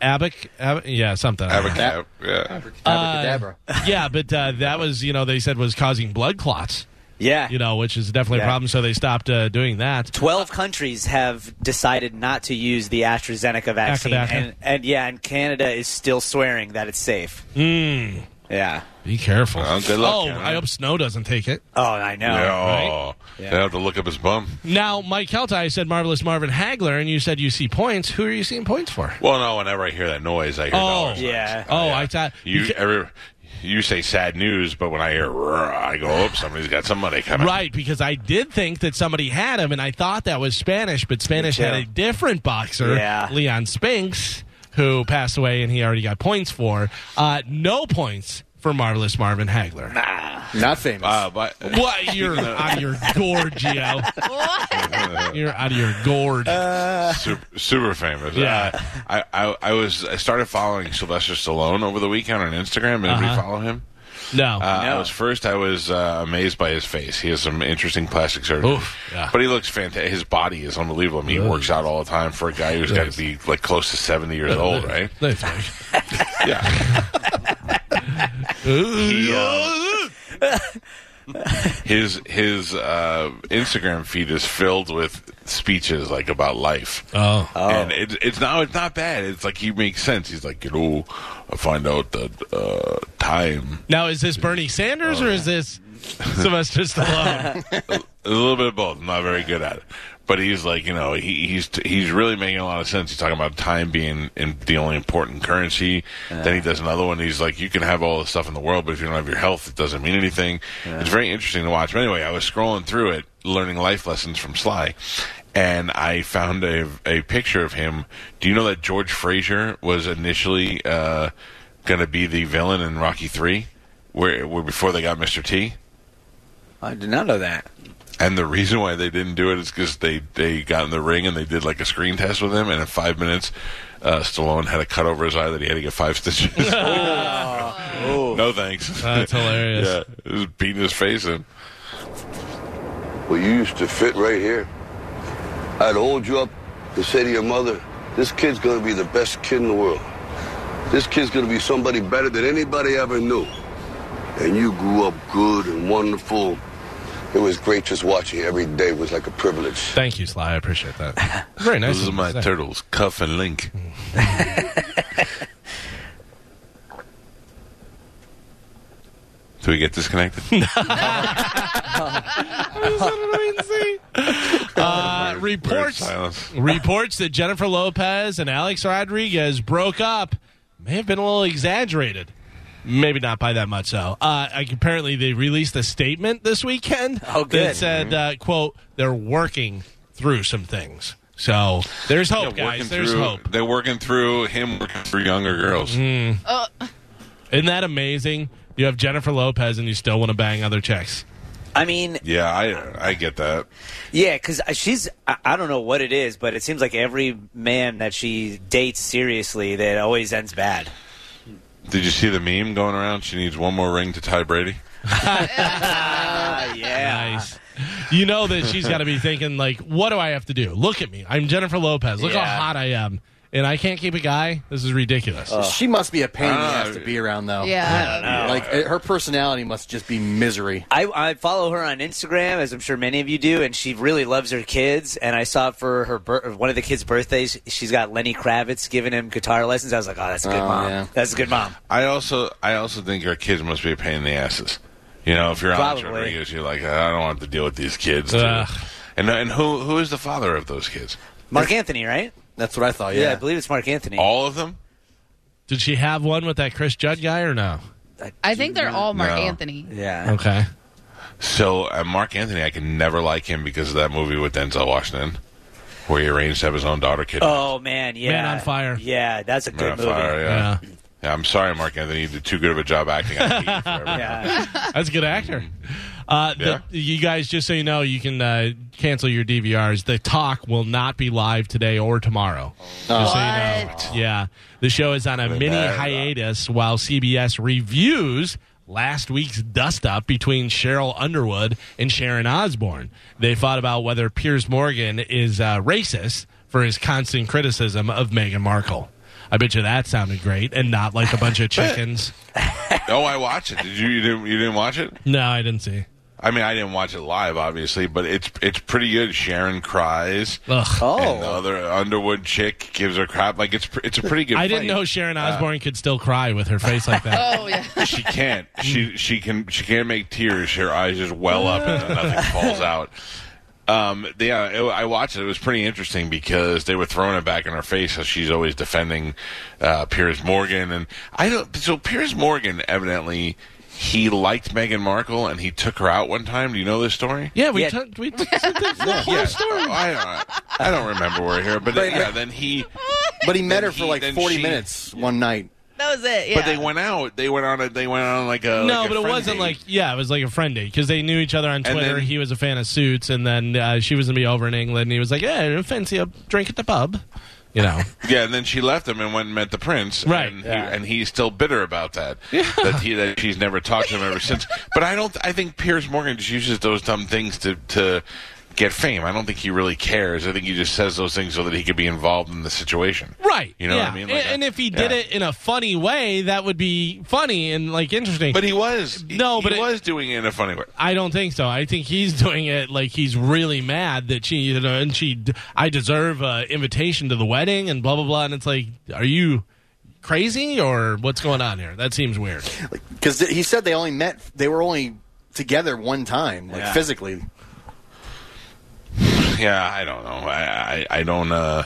Speaker 4: Abac. Ab- yeah, something.
Speaker 3: Abacab, yeah.
Speaker 8: Abracadabra.
Speaker 4: yeah, but uh, that was, you know, they said was causing blood clots,
Speaker 6: Yeah.
Speaker 4: you know, which is definitely a
Speaker 6: Yeah.
Speaker 4: problem. So they stopped uh, doing that.
Speaker 6: 12 countries have decided not to use the AstraZeneca vaccine.
Speaker 4: Astrazeneca.
Speaker 6: And, and yeah, and Canada is still swearing that it's safe. Mm. Yeah.
Speaker 4: Be careful.
Speaker 3: Well, Uh, good luck,
Speaker 4: oh,
Speaker 3: Karen.
Speaker 4: I hope Snow doesn't take it.
Speaker 6: Oh, I know.
Speaker 3: Yeah, oh,
Speaker 6: Yeah.
Speaker 3: They have to look up his bum.
Speaker 4: Now, Mike Kelta, I said marvelous Marvin Hagler, and you said you see points. Who are you seeing points for?
Speaker 3: Well, no, whenever I hear that noise, I hear
Speaker 4: Oh,
Speaker 3: dollars.
Speaker 6: Yeah.
Speaker 4: Oh, I thought
Speaker 3: You
Speaker 4: beca-
Speaker 3: every, you say sad news, but when I hear, "Rrr," I go, oh, somebody's got some money coming.
Speaker 4: right because I did think that somebody had him, and I thought that was Spanish, but Spanish
Speaker 6: Me
Speaker 4: had a
Speaker 6: too.
Speaker 4: different boxer,
Speaker 6: Yeah.
Speaker 4: Leon Spinks, who passed away, and he already got points for. Uh, no points for marvelous Marvin Hagler.
Speaker 8: Not famous.
Speaker 3: Uh, but,
Speaker 4: What? You're out of your gourd, Gio. You're out of your gourd.
Speaker 3: super, super famous.
Speaker 4: Yeah.
Speaker 3: Uh, I, I I was I started following Sylvester Stallone over the weekend on Instagram. Did
Speaker 4: Uh-huh.
Speaker 3: we follow him?
Speaker 4: no.
Speaker 3: Uh, I
Speaker 6: No.
Speaker 3: was first. I was uh, amazed by his face. He has some interesting plastic surgery,
Speaker 4: Oof, yeah.
Speaker 3: but he looks fantastic. His body is unbelievable. I mean, he works out all the time for a guy who's got to be like close to seventy years old, right?
Speaker 4: No, thank
Speaker 3: Yeah.
Speaker 4: you.
Speaker 3: He, um, his his uh, Instagram feed is filled with speeches like about life.
Speaker 4: oh.
Speaker 3: And it, it's not it's not bad. It's like he makes sense. He's like, you know, I find out that uh, time
Speaker 4: Now, is this Bernie Sanders or is this Sylvester Stallone?
Speaker 3: a little bit of both. I'm not very good at it, but he's like, you know, he, he's he's really making a lot of sense. He's talking about time being in the only important currency. then he does another one. He's like, you can have all the stuff in the world, but if you don't have your health, it doesn't mean anything. It's very interesting to watch. But anyway, I was scrolling through it, learning life lessons from Sly. And I found a, a picture of him. Do you know that George Frazier was initially uh, going to be the villain in Rocky Three, where, where before they got Mr. T?
Speaker 6: I did not know that.
Speaker 3: And the reason why they didn't do it is because they, they got in the ring and they did like a screen test with him, and in five minutes, uh, Stallone had a cut over his eye that he had to get five stitches. no thanks.
Speaker 4: Oh. That's hilarious.
Speaker 3: yeah, it was beating his face in.
Speaker 7: Well, you used to fit right here. I'd hold you up and say to your mother, this kid's gonna be the best kid in the world. This kid's gonna be somebody better than anybody ever knew. And you grew up good and wonderful. It was great just watching you. Every day was like a privilege.
Speaker 4: Thank you, Sly. I appreciate that. Very nice.
Speaker 3: This is
Speaker 4: of you
Speaker 3: my
Speaker 4: to say.
Speaker 3: turtles, Cuff and Link. Do we get disconnected?
Speaker 4: Uh,
Speaker 3: Weird
Speaker 4: reports
Speaker 3: silence.
Speaker 4: reports that Jennifer Lopez and Alex Rodriguez broke up may have been a little exaggerated. Maybe not by that much, though. Uh, like, apparently, they released a statement this weekend
Speaker 6: Oh, good.
Speaker 4: that said, uh, "quote They're working through some things." So there's hope,
Speaker 3: Yeah, working
Speaker 4: guys. There's
Speaker 3: through-
Speaker 4: hope.
Speaker 3: They're working through him working for younger girls.
Speaker 4: Isn't that amazing? You have Jennifer Lopez, and you still want to bang other chicks.
Speaker 6: I mean,
Speaker 3: Yeah, I I get that.
Speaker 6: yeah, because she's, I, I don't know what it is, but it seems like every man that she dates seriously, that always ends bad.
Speaker 3: Did you see the meme going around? She needs one more ring to tie Brady.
Speaker 6: Ah, yeah.
Speaker 4: Nice.
Speaker 6: Ah.
Speaker 4: You know that she's got to be thinking like, "What do I have to do? Look at me. I'm Jennifer Lopez. Look
Speaker 6: Yeah.
Speaker 4: how hot I am, and I can't keep a guy. This is ridiculous."
Speaker 8: she must be a pain in the
Speaker 3: Ah,
Speaker 8: ass to be around, though.
Speaker 5: Yeah.
Speaker 8: Like it- her personality must just be misery.
Speaker 6: Oh. I, I follow her on Instagram, as I'm sure many of you do, and she really loves her kids. And I saw for her bir- one of the kids' birthdays, she's got Lenny Kravitz giving him guitar lessons. I was like, oh, that's a good
Speaker 8: Oh,
Speaker 6: mom.
Speaker 8: yeah.
Speaker 6: That's a good mom.
Speaker 3: I also I also think our kids must be a pain in the asses. You know, if you're Alex
Speaker 6: Probably.
Speaker 3: Rodriguez, you're like, I don't want to deal with these kids. too."
Speaker 4: Ugh.
Speaker 3: And and who who is the father of those kids?
Speaker 6: Mark Anthony, right?
Speaker 3: Oh,
Speaker 8: That's what I thought.
Speaker 6: Yeah,
Speaker 8: Yeah.
Speaker 6: I believe it's Mark Anthony.
Speaker 3: All of them?
Speaker 4: Did she have one with that Chris Judd guy or no?
Speaker 5: I think they're all Mark
Speaker 3: No.
Speaker 5: Anthony.
Speaker 6: Yeah.
Speaker 4: Okay.
Speaker 3: So uh, Mark Anthony, I can never like him because of that movie with Denzel Washington, where he arranged to have his own daughter kidnapped.
Speaker 6: Oh man, yeah.
Speaker 4: Man on Fire.
Speaker 6: Yeah, that's a
Speaker 3: Man
Speaker 6: good
Speaker 3: on
Speaker 6: movie.
Speaker 3: Fire, yeah. yeah. I'm sorry, Mark Anthony. You did too good of a job acting. I hate you forever.
Speaker 6: Yeah.
Speaker 4: That's a good actor. Uh, the-
Speaker 3: Yeah.
Speaker 4: you guys, just so you know, you can uh, cancel your DVRs. The talk will not be live today or tomorrow. Just so you know. Yeah. The show is on a mini
Speaker 3: matter.
Speaker 4: hiatus while CBS reviews last week's dust up between Cheryl Underwood and Sharon Osbourne. They fought about whether Piers Morgan is uh, racist for his constant criticism of Meghan Markle. I bet you that sounded great and not like a bunch of chickens.
Speaker 3: Oh, I watched it. Did you? You didn't? You didn't watch it?
Speaker 4: no, I didn't see.
Speaker 3: I mean, I didn't watch it live, obviously, but it's it's pretty good. Sharon cries.
Speaker 4: Ugh.
Speaker 3: And the
Speaker 6: Oh.
Speaker 3: other Underwood chick gives her crap. Like it's pr- it's a pretty good.
Speaker 4: I didn't know
Speaker 3: fight. Uh,
Speaker 4: Sharon Osbourne could still cry with her face like that.
Speaker 5: Oh yeah.
Speaker 3: she can't. She she can she can't make tears. Her eyes just well up and then nothing falls out. Um, yeah, it, I watched it. It was pretty interesting because they were throwing it back in her face, so she's always defending uh, Piers Morgan. And I don't. So Piers Morgan evidently he liked Meghan Markle and he took her out one time. Do you know this story?
Speaker 4: yeah, we
Speaker 6: Yeah.
Speaker 4: took we took the whole
Speaker 3: Yeah,
Speaker 4: story.
Speaker 3: I, I don't remember where here, but yeah, then he.
Speaker 8: But he met
Speaker 3: Then
Speaker 8: her for
Speaker 3: he-
Speaker 8: like
Speaker 3: then
Speaker 8: 40
Speaker 3: she-
Speaker 8: minutes one night.
Speaker 5: That was it. Yeah.
Speaker 3: But they went out. They went on. A, they went on like a.
Speaker 4: No,
Speaker 3: like a
Speaker 4: but it
Speaker 3: friend
Speaker 4: wasn't
Speaker 3: date.
Speaker 4: like yeah, it was like a friend date because they knew each other on
Speaker 3: And
Speaker 4: Twitter.
Speaker 3: then-
Speaker 4: he was a fan of Suits, and then uh, she was gonna be over in England. and He was like, "Yeah, fancy a drink at the pub," you know.
Speaker 3: Yeah, and then she left him and went and met the prince.
Speaker 4: Right.
Speaker 3: And, he-
Speaker 4: Yeah.
Speaker 3: and he's still bitter about that. That, he, that she's never talked to him ever since. But I don't. I think Piers Morgan just uses those dumb things to to get fame. I don't think he really cares. I think he just says those things so that he could be involved in the situation.
Speaker 4: right.
Speaker 3: You know
Speaker 4: yeah.
Speaker 3: what I mean?
Speaker 4: and,
Speaker 3: Like a-
Speaker 4: and if he did
Speaker 3: yeah.
Speaker 4: it in a funny way, that would be funny and like interesting.
Speaker 3: But he was.
Speaker 4: No,
Speaker 3: he-
Speaker 4: but
Speaker 3: he
Speaker 4: it-
Speaker 3: was doing it in a funny way.
Speaker 4: I don't think so. I think he's doing it like he's really mad that she, you know, and she, I deserve an invitation to the wedding and blah, blah, blah. And it's like, are you crazy or what's going on here? That seems weird.
Speaker 8: Because he said they only met, they were only together one time, like physically.
Speaker 3: Yeah, I don't know. I, I, I don't uh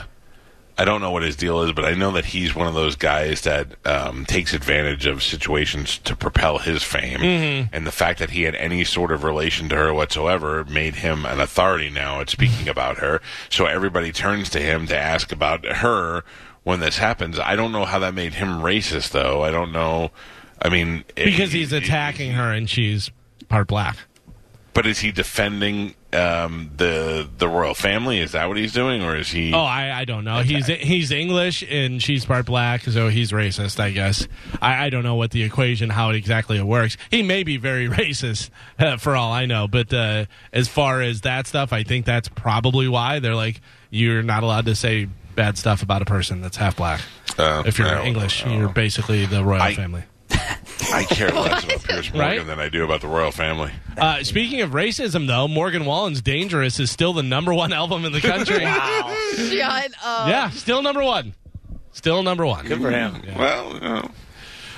Speaker 3: I don't know what his deal is, but I know that he's one of those guys that um, takes advantage of situations to propel his fame.
Speaker 4: Mm-hmm.
Speaker 3: And the fact that he had any sort of relation to her whatsoever made him an authority now at
Speaker 4: Mm-hmm.
Speaker 3: speaking about her. So everybody turns to him to ask about her when this happens. I don't know how that made him racist, though. I don't know. I mean, eh, it-
Speaker 4: Because he's attacking her and she's part black.
Speaker 3: But is he defending um, the the royal family? Is that what he's doing, or is he?
Speaker 4: Oh, I, I don't know. He's he's English and she's part black, so he's racist, I guess. I, I don't know what the equation, how it exactly it works. He may be very racist, uh, for all I know. But uh, as far as that stuff, I think that's probably why they're like, you're not allowed to say bad stuff about a person that's half black.
Speaker 3: Uh,
Speaker 4: If you're
Speaker 3: I don't-
Speaker 4: English,
Speaker 3: I don't
Speaker 4: you're
Speaker 3: know.
Speaker 4: basically the royal
Speaker 3: I-
Speaker 4: family.
Speaker 3: I care less about Pierce Morgan
Speaker 4: Right?
Speaker 3: than I do about the royal family.
Speaker 4: Uh, speaking of racism, though, Morgan Wallen's "Dangerous" is still the number one album in the country.
Speaker 5: Shut up.
Speaker 4: Yeah, still number one. Still number one.
Speaker 6: Good for him.
Speaker 3: Well, you know.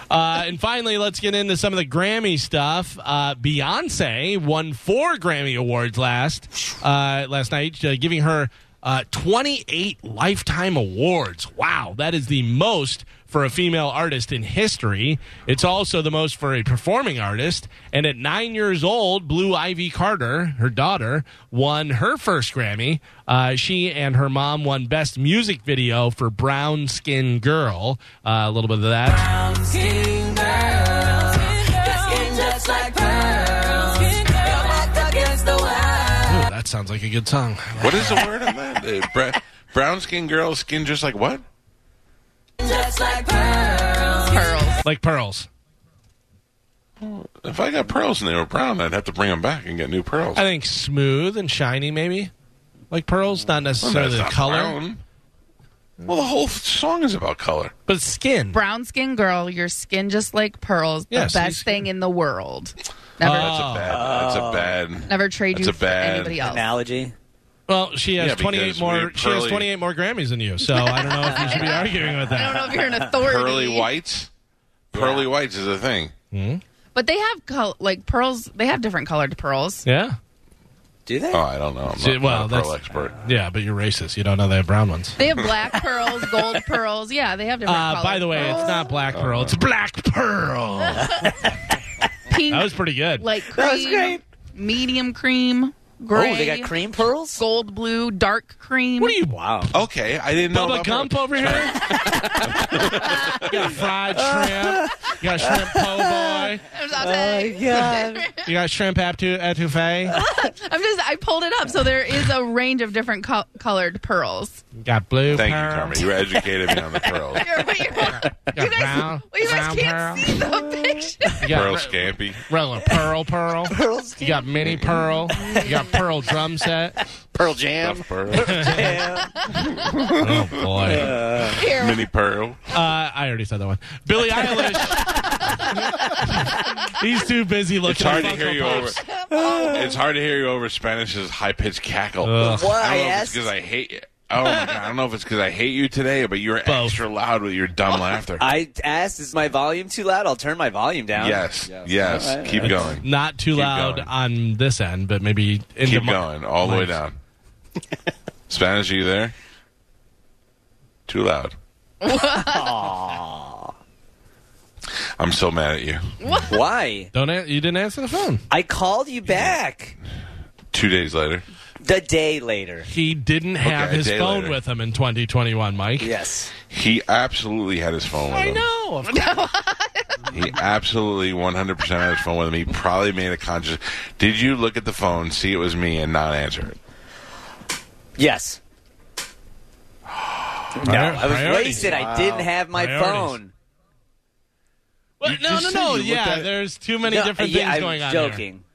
Speaker 4: Uh, and finally, let's get into some of the Grammy stuff. Uh, Beyonce won four Grammy awards last uh, last night, uh, giving her uh, 28 lifetime awards. Wow, that is the most for a female artist in history. It's also the most for a performing artist. And at nine years old, Blue Ivy Carter, her daughter, won her first Grammy. Uh, she and her mom won Best Music Video for Brown Skin Girl. Uh, a little bit of that. Ooh, that sounds like a good song.
Speaker 3: what is the word on that? Uh, bra- brown skin girl, skin just like what?
Speaker 5: Pearls.
Speaker 4: Like pearls.
Speaker 3: If I got pearls and they were brown, I'd have to bring them back and get new pearls.
Speaker 4: I think smooth and shiny, maybe. Like pearls, not
Speaker 3: Well,
Speaker 4: necessarily
Speaker 3: that's
Speaker 4: the
Speaker 3: not
Speaker 4: color,
Speaker 3: brown. Well, the whole f- song is about color.
Speaker 4: but skin.
Speaker 5: Brown skin girl, your skin just like pearls. The
Speaker 4: Yes,
Speaker 5: best
Speaker 4: you-
Speaker 5: thing in the world. Never,
Speaker 3: Oh, That's a bad. That's
Speaker 4: Oh.
Speaker 3: a bad.
Speaker 5: never trade you
Speaker 3: that's a
Speaker 5: for
Speaker 3: bad
Speaker 5: anybody else.
Speaker 6: Analogy.
Speaker 4: Well, she has
Speaker 3: Yeah, because
Speaker 4: 28
Speaker 3: we
Speaker 4: more.
Speaker 3: have
Speaker 4: She has
Speaker 3: pearly-
Speaker 4: 28 more Grammys than you, so I don't know if you should be arguing with
Speaker 5: I don't
Speaker 4: that.
Speaker 5: know if you're an authority.
Speaker 3: Pearly whites. Pearly whites is a thing.
Speaker 5: But they have col- like pearls. They have different colored pearls.
Speaker 4: Yeah.
Speaker 6: Do they?
Speaker 3: Oh, I don't know. I'm
Speaker 4: See,
Speaker 3: not,
Speaker 4: well,
Speaker 3: not a
Speaker 4: that's- uh,
Speaker 3: pearl expert.
Speaker 4: Yeah, but you're racist. You don't know they have brown ones.
Speaker 5: They have black pearls, gold pearls. Yeah, they have different
Speaker 4: Uh,
Speaker 5: colors.
Speaker 4: by the way, it's not
Speaker 3: Oh,
Speaker 4: black pearl. It's black pearl. that
Speaker 5: pink,
Speaker 4: was pretty good.
Speaker 5: like cream,
Speaker 6: That was great.
Speaker 5: medium cream, gray,
Speaker 6: Oh, they got cream pearls.
Speaker 5: gold blue, dark cream.
Speaker 4: what are you,
Speaker 6: Wow.
Speaker 3: Okay, I didn't know.
Speaker 4: Bubba
Speaker 3: about
Speaker 4: Gump
Speaker 3: pearls.
Speaker 4: over here? you got fried shrimp. You got shrimp po' boy.
Speaker 5: I'm just,
Speaker 4: Uh,
Speaker 5: I'm
Speaker 4: You got shrimp atu- etouffee.
Speaker 5: just I pulled it up, so there is a range of different col- colored pearls.
Speaker 4: You got blue
Speaker 3: Thank
Speaker 4: pearl.
Speaker 3: you, Carmen. You educated me on the pearls.
Speaker 5: You're- but you're-
Speaker 4: You
Speaker 5: you guys,
Speaker 4: got brown,
Speaker 5: well, you
Speaker 4: brown
Speaker 5: guys can't
Speaker 4: pearl.
Speaker 5: see the picture.
Speaker 4: You got
Speaker 3: Pearl
Speaker 4: re-
Speaker 3: scampi.
Speaker 4: regular pearl pearl.
Speaker 6: Pearls.
Speaker 4: You got mini pearl. You got pearl drum set.
Speaker 8: Pearl Jam.
Speaker 3: Stuffed pearl.
Speaker 4: Oh boy!
Speaker 5: Here,
Speaker 3: Mini pearl.
Speaker 4: Uh, I already said that one. Billie Eilish. He's too busy looking.
Speaker 3: It's hard to
Speaker 4: at
Speaker 3: hear
Speaker 4: Funko
Speaker 3: you over.
Speaker 4: Pops.
Speaker 3: It's hard to hear you over Spanish's high pitched cackle.
Speaker 4: Ugh.
Speaker 6: What
Speaker 3: I
Speaker 6: I
Speaker 3: don't know if it's
Speaker 6: asked.
Speaker 3: because I hate you. Oh my god! I don't know if it's because I hate you today, but you were
Speaker 4: Both.
Speaker 3: extra loud with your dumb laughter.
Speaker 6: I asked, is my volume too loud? I'll turn my volume down.
Speaker 3: Yes, yes.
Speaker 6: All right.
Speaker 3: Keep going.
Speaker 4: Not too
Speaker 3: Keep
Speaker 4: loud
Speaker 3: going.
Speaker 4: on this end, but maybe in the
Speaker 3: Keep
Speaker 4: mi-
Speaker 3: going all the way down. Spanish, are you there? Too loud. I'm so mad at you.
Speaker 6: Why?
Speaker 4: Don't an- you didn't answer the phone.
Speaker 6: I called you back
Speaker 3: Two days later,
Speaker 6: the day later.
Speaker 4: He didn't have
Speaker 3: Okay, a
Speaker 4: his
Speaker 3: day
Speaker 4: phone
Speaker 3: later.
Speaker 4: with him in 2021, Mike.
Speaker 6: Yes.
Speaker 3: he absolutely had his phone with him.
Speaker 4: know. Of
Speaker 3: He absolutely 100% had his phone with him. He probably made a conscious. Did you look at the phone, see it was me, and not answer it?
Speaker 6: Yes.
Speaker 4: No,
Speaker 6: I was wasted. I didn't have my
Speaker 4: Priorities.
Speaker 6: phone.
Speaker 4: no, no,
Speaker 3: just
Speaker 4: no.
Speaker 3: said you looked
Speaker 4: Yeah,
Speaker 3: at it.
Speaker 4: there's too many
Speaker 6: No,
Speaker 4: different
Speaker 6: yeah,
Speaker 4: things
Speaker 6: I'm
Speaker 4: going on.
Speaker 6: joking.
Speaker 4: There.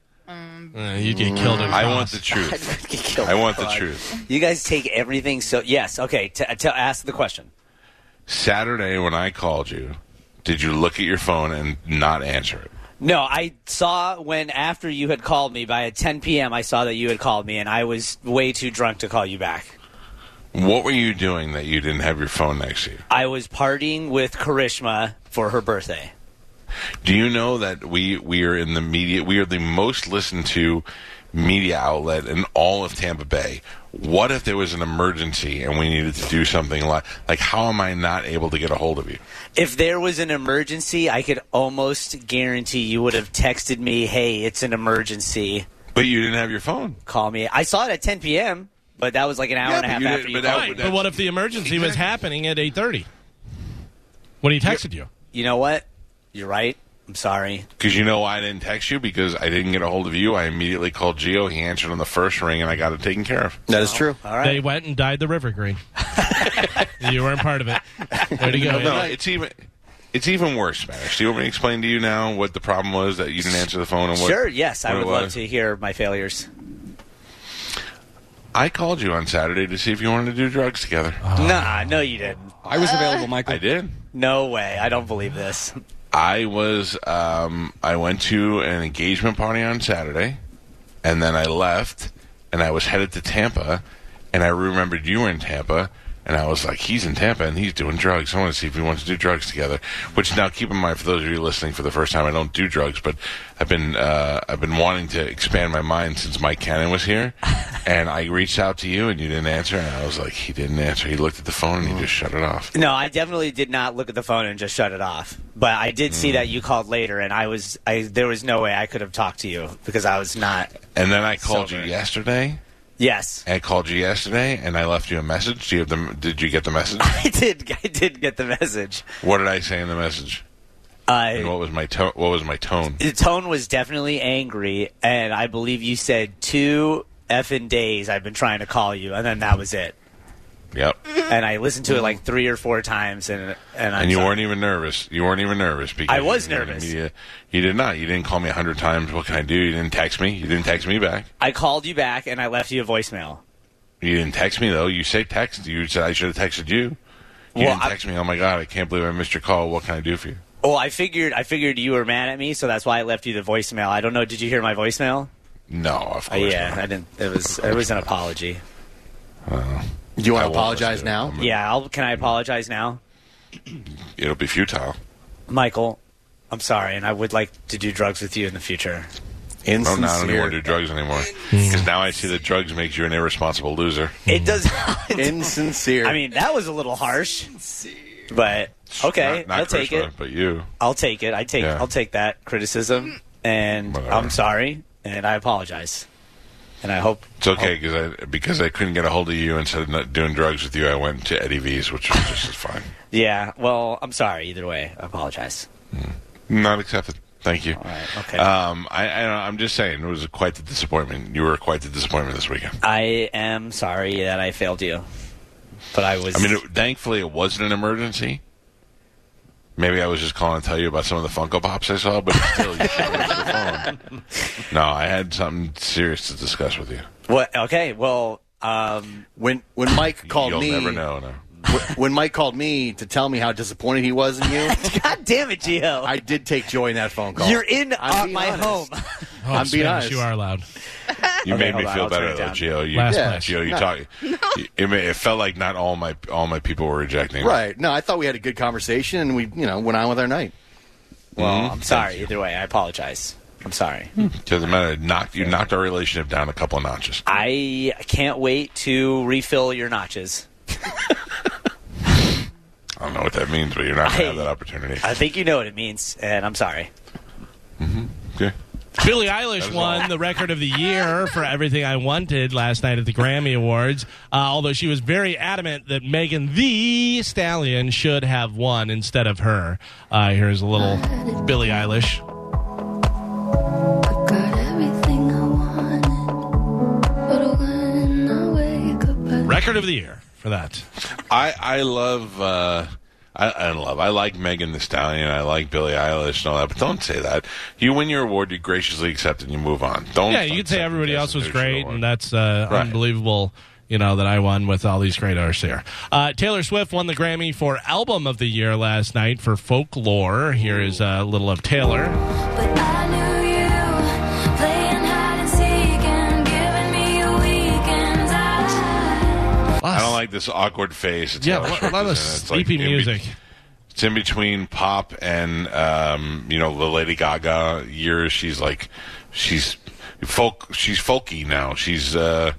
Speaker 4: Uh, you get killed. at
Speaker 3: I
Speaker 4: cross.
Speaker 3: want the truth.
Speaker 6: Get killed.
Speaker 3: I want the
Speaker 6: God.
Speaker 3: truth.
Speaker 6: You guys take everything so. Yes. Okay. T- t- ask the question.
Speaker 3: Saturday, when I called you, did you look at your phone and not answer it?
Speaker 6: No, I saw when after you had called me by 10 p.m. I saw that you had called me, and I was way too drunk to call you back.
Speaker 3: What were you doing that you didn't have your phone next to you?
Speaker 6: I was partying with Karishma for her birthday.
Speaker 3: Do you know that we we are in the media? We are the most listened to media outlet in all of Tampa Bay. What if there was an emergency and we needed to do something like like how am I not able to get a hold of you?
Speaker 6: If there was an emergency, I could almost guarantee you would have texted me, "Hey, it's an emergency.
Speaker 3: But you didn't have your phone.
Speaker 6: Call me." I saw it at 10 p.m., but that was like an hour
Speaker 3: Yeah,
Speaker 6: and a
Speaker 3: but
Speaker 6: half
Speaker 3: you
Speaker 6: after
Speaker 3: didn't-
Speaker 6: you
Speaker 3: but that
Speaker 6: called
Speaker 3: would-
Speaker 6: me.
Speaker 4: Right, but what if the emergency was happening at 8:30 when he texted you?
Speaker 6: You know what? You're right. I'm sorry.
Speaker 3: Because you know why I didn't text you? Because I didn't get a hold of you. I immediately called Geo. He answered on the first ring, and I got it taken care of.
Speaker 8: That is true.
Speaker 6: All right.
Speaker 4: They went and dyed the river green. you weren't part of it. There you go.
Speaker 3: No, it's even it's even worse, Spanish. Do you want me to explain to you now what the problem was that you didn't answer the phone and what?
Speaker 6: sure. Yes, I
Speaker 3: what it
Speaker 6: would love
Speaker 3: was?
Speaker 6: to hear my failures.
Speaker 3: I called you on Saturday to see if you wanted to do drugs together.
Speaker 6: Nah, no, you didn't.
Speaker 8: I was available, Michael.
Speaker 3: I did.
Speaker 6: No way. I don't believe this.
Speaker 3: I was um, I went to an engagement party on Saturday, and then I left, and I was headed to Tampa, and I remembered you were in Tampa, and I was like, he's in Tampa and he's doing drugs. I want to see if he wants to do drugs together. Which now, keep in mind, for those of you listening for the first time, I don't do drugs, but I've been uh, I've been wanting to expand my mind since Mike Cannon was here, and I reached out to you and you didn't answer, and I was like, he didn't answer. He looked at the phone and he just shut it off.
Speaker 6: Mm. No, I definitely did not look at the phone and just shut it off. But I did see that you called later, and I was I there was no way I could have talked to you because I was not.
Speaker 3: And then I called you
Speaker 6: Sober.
Speaker 3: yesterday.
Speaker 6: Yes,
Speaker 3: I called you yesterday and I left you a message. Do you have the, did you get the message?
Speaker 6: I did. I did get the message.
Speaker 3: what did I say in the message? And
Speaker 6: Uh,
Speaker 3: what was my tone? What was my tone?
Speaker 6: the tone was definitely angry, and I believe you said two effing days I've been trying to call you, and then that was it.
Speaker 3: Yep.
Speaker 6: And I listened to it like three or four times, and and, I'm
Speaker 3: And you
Speaker 6: sorry.
Speaker 3: weren't even nervous. You weren't even nervous because
Speaker 6: I was
Speaker 3: you didn't
Speaker 6: nervous.
Speaker 3: immediate- You did not. You didn't call me a hundred times. What can I do? You didn't text me. You didn't text me back.
Speaker 6: I called you back, and I left you a voicemail.
Speaker 3: You didn't text me though. You say text. You said I should have texted you. You
Speaker 6: Well,
Speaker 3: didn't
Speaker 6: I-
Speaker 3: text me. Oh my god! I can't believe I missed your call. What can I do for you?
Speaker 6: Oh, I figured I figured you were mad at me, so that's why I left you the voicemail. I don't know. Did you hear my voicemail?
Speaker 3: No, of
Speaker 6: Uh,
Speaker 3: course.
Speaker 6: yeah,
Speaker 3: not.
Speaker 6: I didn't. It was it was an apology.
Speaker 8: Do you want
Speaker 3: I won't
Speaker 8: to apologize
Speaker 3: listen to it.
Speaker 8: now?
Speaker 3: I'm-
Speaker 6: Yeah, I'll, can I apologize now,
Speaker 3: It'll be futile.
Speaker 6: Michael? I'm sorry, and I would like to do drugs with you in the future.
Speaker 3: I don't, know, I don't even want to do
Speaker 8: Insincere.
Speaker 3: drugs anymore because now I see that drugs makes you an irresponsible loser.
Speaker 6: It does.
Speaker 8: Insincere.
Speaker 6: I mean, that was a little harsh, but okay,
Speaker 3: Not- not
Speaker 6: I'll take
Speaker 3: Krishna,
Speaker 6: it.
Speaker 3: But you,
Speaker 6: I'll take it. I take.
Speaker 3: Yeah.
Speaker 6: I'll take that criticism, and
Speaker 3: Whatever.
Speaker 6: I'm sorry, and I apologize, and I hope
Speaker 3: it's okay because I because I couldn't get a hold of you instead of not doing drugs with you, I went to Eddie V's, which was just as fine.
Speaker 6: Yeah, well, I'm sorry. Either way, I apologize.
Speaker 3: Not accepted. Thank you.
Speaker 6: All right, okay.
Speaker 3: Um, I, I I'm just saying it was quite the disappointment. You were quite the disappointment this weekend.
Speaker 6: I am sorry that I failed you, but I was.
Speaker 3: I mean, it, thankfully it wasn't an emergency. Maybe I was just calling to tell you about some of the Funko Pops I saw, but still, you should answer the phone. No, I had something serious to discuss with you.
Speaker 6: what? Okay, well, um,
Speaker 8: when when Mike called
Speaker 3: You'll
Speaker 8: me,
Speaker 3: never know. No.
Speaker 8: wh- when Mike called me to tell me how disappointed he was in you,
Speaker 6: God damn it, Gio!
Speaker 8: I did take joy in that phone call.
Speaker 6: You're in
Speaker 8: I'm
Speaker 6: uh,
Speaker 8: being
Speaker 6: my
Speaker 8: honest.
Speaker 6: home.
Speaker 4: Oh,
Speaker 8: I'm being
Speaker 4: Spanish,
Speaker 8: honest.
Speaker 4: You are loud.
Speaker 3: You
Speaker 6: Okay,
Speaker 3: made me
Speaker 6: hold on,
Speaker 3: feel
Speaker 6: I'll turn
Speaker 3: better
Speaker 6: it
Speaker 3: though,
Speaker 6: down.
Speaker 3: Gio. You,
Speaker 4: Last
Speaker 3: yeah.
Speaker 4: flash.
Speaker 3: Gio, you talk. you- It, ma- it felt like not all my all my people were rejecting. me.
Speaker 8: Right. No, I thought we had a good conversation and we, you know, went on with our night. Mm-hmm.
Speaker 6: well, I'm sorry. Either way, I apologize. I'm sorry.
Speaker 3: Doesn't matter. It knocked you knocked our relationship down a couple of notches.
Speaker 6: I can't wait to refill your notches.
Speaker 3: I don't know what that means, but you're not gonna have
Speaker 6: I-
Speaker 3: that opportunity.
Speaker 6: I think you know what it means, and I'm sorry.
Speaker 3: Okay.
Speaker 4: Billie Eilish won the record of the year for Everything I Wanted last night at the Grammy Awards, uh, although she was very adamant that Megan the Stallion should have won instead of her. Uh, here's a little Billie Eilish. Record of the year for that.
Speaker 3: I I love uh, I, I love I like Megan the Stallion. I like Billie Eilish and all that. But don't say that. You win your award, you graciously accept it, and you move on. Don't.
Speaker 4: Yeah, you could say
Speaker 3: second
Speaker 4: everybody
Speaker 3: guess
Speaker 4: else was
Speaker 3: who should've
Speaker 4: great,
Speaker 3: won.
Speaker 4: and that's uh,
Speaker 3: Right.
Speaker 4: unbelievable. You know that I won with all these great artists here. Uh, Taylor Swift won the Grammy for Album of the Year last night for Folklore. Here is a little of Taylor.
Speaker 3: I don't like this awkward face. It's
Speaker 4: Yeah,
Speaker 3: got
Speaker 4: a lot of
Speaker 3: shortness in it. It's like
Speaker 4: sleepy
Speaker 3: in be-
Speaker 4: music.
Speaker 3: it's in between pop and um, you know the Lady Gaga years. She's like she's folk. She's folky now. She's uh,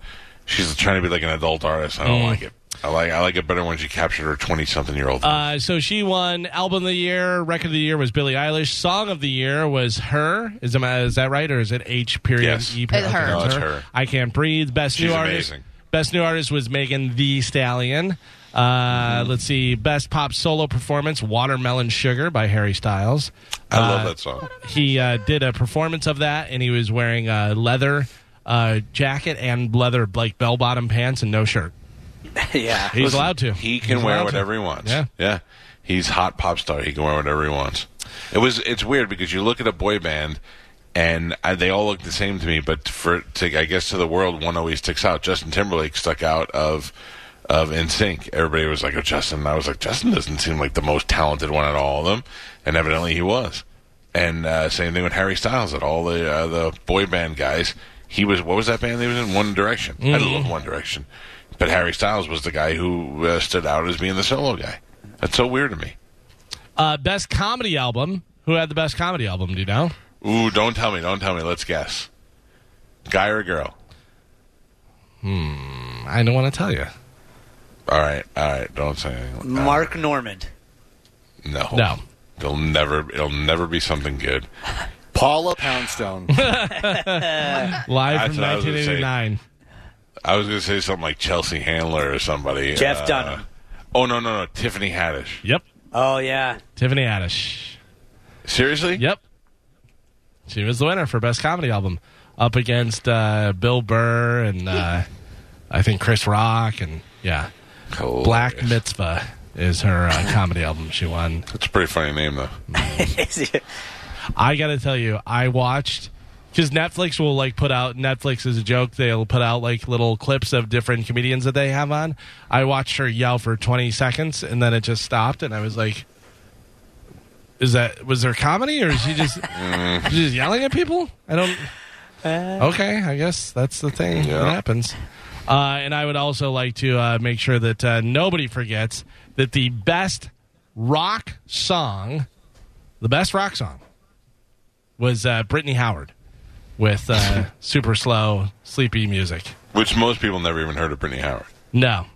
Speaker 3: she's trying to be like an adult artist. I don't like it. I like I like it better when she captured her twenty something year old.
Speaker 4: Uh, so she won album of the year, record of the year was Billie Eilish, song of the year was her. Is, am I- is that right or is it H period
Speaker 3: Yes.
Speaker 4: E period?
Speaker 5: It's her.
Speaker 3: No, it's her.
Speaker 4: I can't breathe. Best
Speaker 3: She's
Speaker 4: new artist.
Speaker 3: amazing.
Speaker 4: Best new artist was Megan the Stallion. Uh,
Speaker 3: Mm-hmm.
Speaker 4: Let's see, best pop solo performance, Watermelon Sugar by Harry Styles.
Speaker 3: I love that song.
Speaker 4: He uh, did a performance of that, and he was wearing a leather uh, jacket and leather like bell bottom pants and no shirt.
Speaker 6: yeah.
Speaker 4: He's allowed to.
Speaker 3: He
Speaker 4: He's
Speaker 3: can wear
Speaker 4: allowed
Speaker 3: whatever
Speaker 4: to.
Speaker 3: he wants.
Speaker 4: Yeah.
Speaker 3: yeah. He's hot pop star. He can wear whatever he wants. It was. It's weird because you look at a boy band, and I, they all look the same to me. But for to, I guess to the world, one always sticks out. Justin Timberlake stuck out of of NSYNC. Everybody was like, "Oh, Justin." And I was like, "Justin doesn't seem like the most talented one out of all of them," and evidently he was. And uh, same thing with Harry Styles. At all the uh, the boy band guys, he was. What was that band? They was in One Direction. I love One Direction, but Harry Styles was the guy who uh, stood out as being the solo guy. That's so weird to me.
Speaker 4: Uh, best comedy album. Who had the best comedy album? Do you know?
Speaker 3: Ooh, don't tell me, don't tell me. Let's guess. Guy or girl?
Speaker 4: I don't want to tell you.
Speaker 3: All right, all right. Don't say anything. Uh,
Speaker 6: Mark Norman.
Speaker 3: no,
Speaker 4: No.
Speaker 3: It'll never. It'll never be something good.
Speaker 8: Paula Poundstone.
Speaker 4: Live
Speaker 3: That's
Speaker 4: from
Speaker 3: what I was gonna say.
Speaker 4: 1989.
Speaker 3: I was gonna say something like Chelsea Handler or somebody.
Speaker 6: Jeff
Speaker 3: uh,
Speaker 6: Dunham.
Speaker 3: Oh no, no, no. Tiffany Haddish.
Speaker 4: Yep.
Speaker 6: Oh yeah.
Speaker 4: Tiffany Haddish.
Speaker 3: Seriously?
Speaker 4: Yep. She was the winner for best comedy album, up against uh, Bill Burr and uh, I think Chris Rock and yeah,
Speaker 3: Hilarious.
Speaker 4: Black Mitzvah is her uh, comedy album. She won.
Speaker 3: That's a pretty funny name though.
Speaker 4: I got to tell you, I watched because Netflix will like put out Netflix is a joke. They'll put out like little clips of different comedians that they have on. I watched her yell for 20 seconds and then it just stopped, and I was like, "Is that was there comedy or is she just she just yelling at people?" I don't. Okay, I guess that's the thing
Speaker 3: Yeah.
Speaker 4: that happens. Uh, and I would also like to uh, make sure that uh, nobody forgets that the best rock song, the best rock song, was uh, Brittany Howard with uh, super slow, sleepy music.
Speaker 3: Which most people never even heard of Brittany Howard.
Speaker 4: No.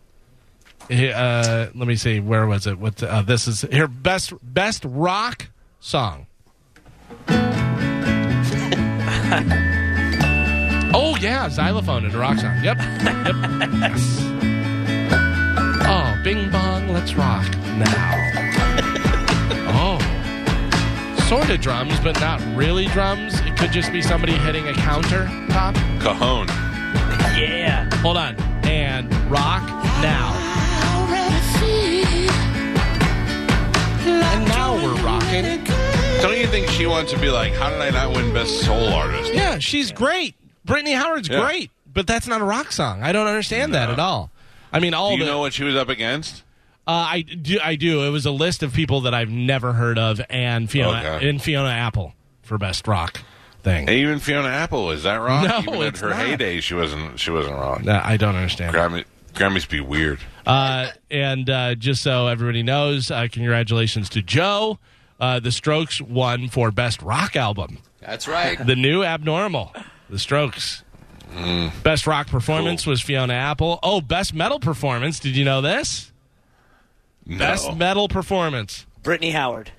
Speaker 4: He- Uh, let me see. Where was it? What? Uh, this is her best best rock song. oh yeah, xylophone and a rock song. Yep. Yep. Yes. Oh, Bing Bong, let's rock now. oh, sort of drums, but not really drums. It could just be somebody hitting a countertop.
Speaker 3: Cajon.
Speaker 6: Yeah.
Speaker 4: Hold on. And rock now. And now we're rocking.
Speaker 3: Don't you think she wants to be like, how did I not win Best Soul Artist?
Speaker 4: Yeah, she's great. Brittany Howard's
Speaker 3: Yeah.
Speaker 4: great, but that's not a rock song. I don't understand that at all. I mean, all
Speaker 3: Do you
Speaker 4: the
Speaker 3: know what she was up against?
Speaker 4: uh, I do. I do. It was a list of people that I've never heard of, and Fiona
Speaker 3: Okay.
Speaker 4: and Fiona Apple for best rock thing.
Speaker 3: And even Fiona Apple is that wrong?
Speaker 4: No,
Speaker 3: even at
Speaker 4: it's
Speaker 3: her
Speaker 4: not.
Speaker 3: heyday, she wasn't. She wasn't wrong.
Speaker 4: Uh, I don't understand.
Speaker 3: Grammy, Grammys be weird.
Speaker 4: Uh, and uh, just so everybody knows, uh, congratulations to Joe. Uh, the Strokes won for best rock album.
Speaker 9: That's right.
Speaker 4: The new abnormal. The Strokes. Best rock performance was Fiona Apple. Oh, best metal performance. Did you know this?
Speaker 3: No.
Speaker 4: Best metal performance.
Speaker 6: Brittany Howard.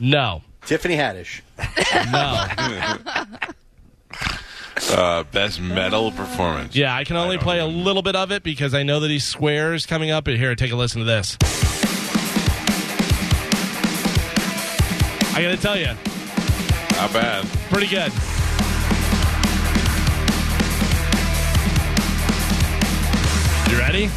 Speaker 4: No.
Speaker 8: Tiffany Haddish.
Speaker 4: No.
Speaker 3: uh, best metal performance.
Speaker 4: yeah, I can only play a little bit of it because I know that he's squares coming up. But here, take a listen to this. I got to tell you,
Speaker 3: Not bad.
Speaker 4: pretty good. You ready?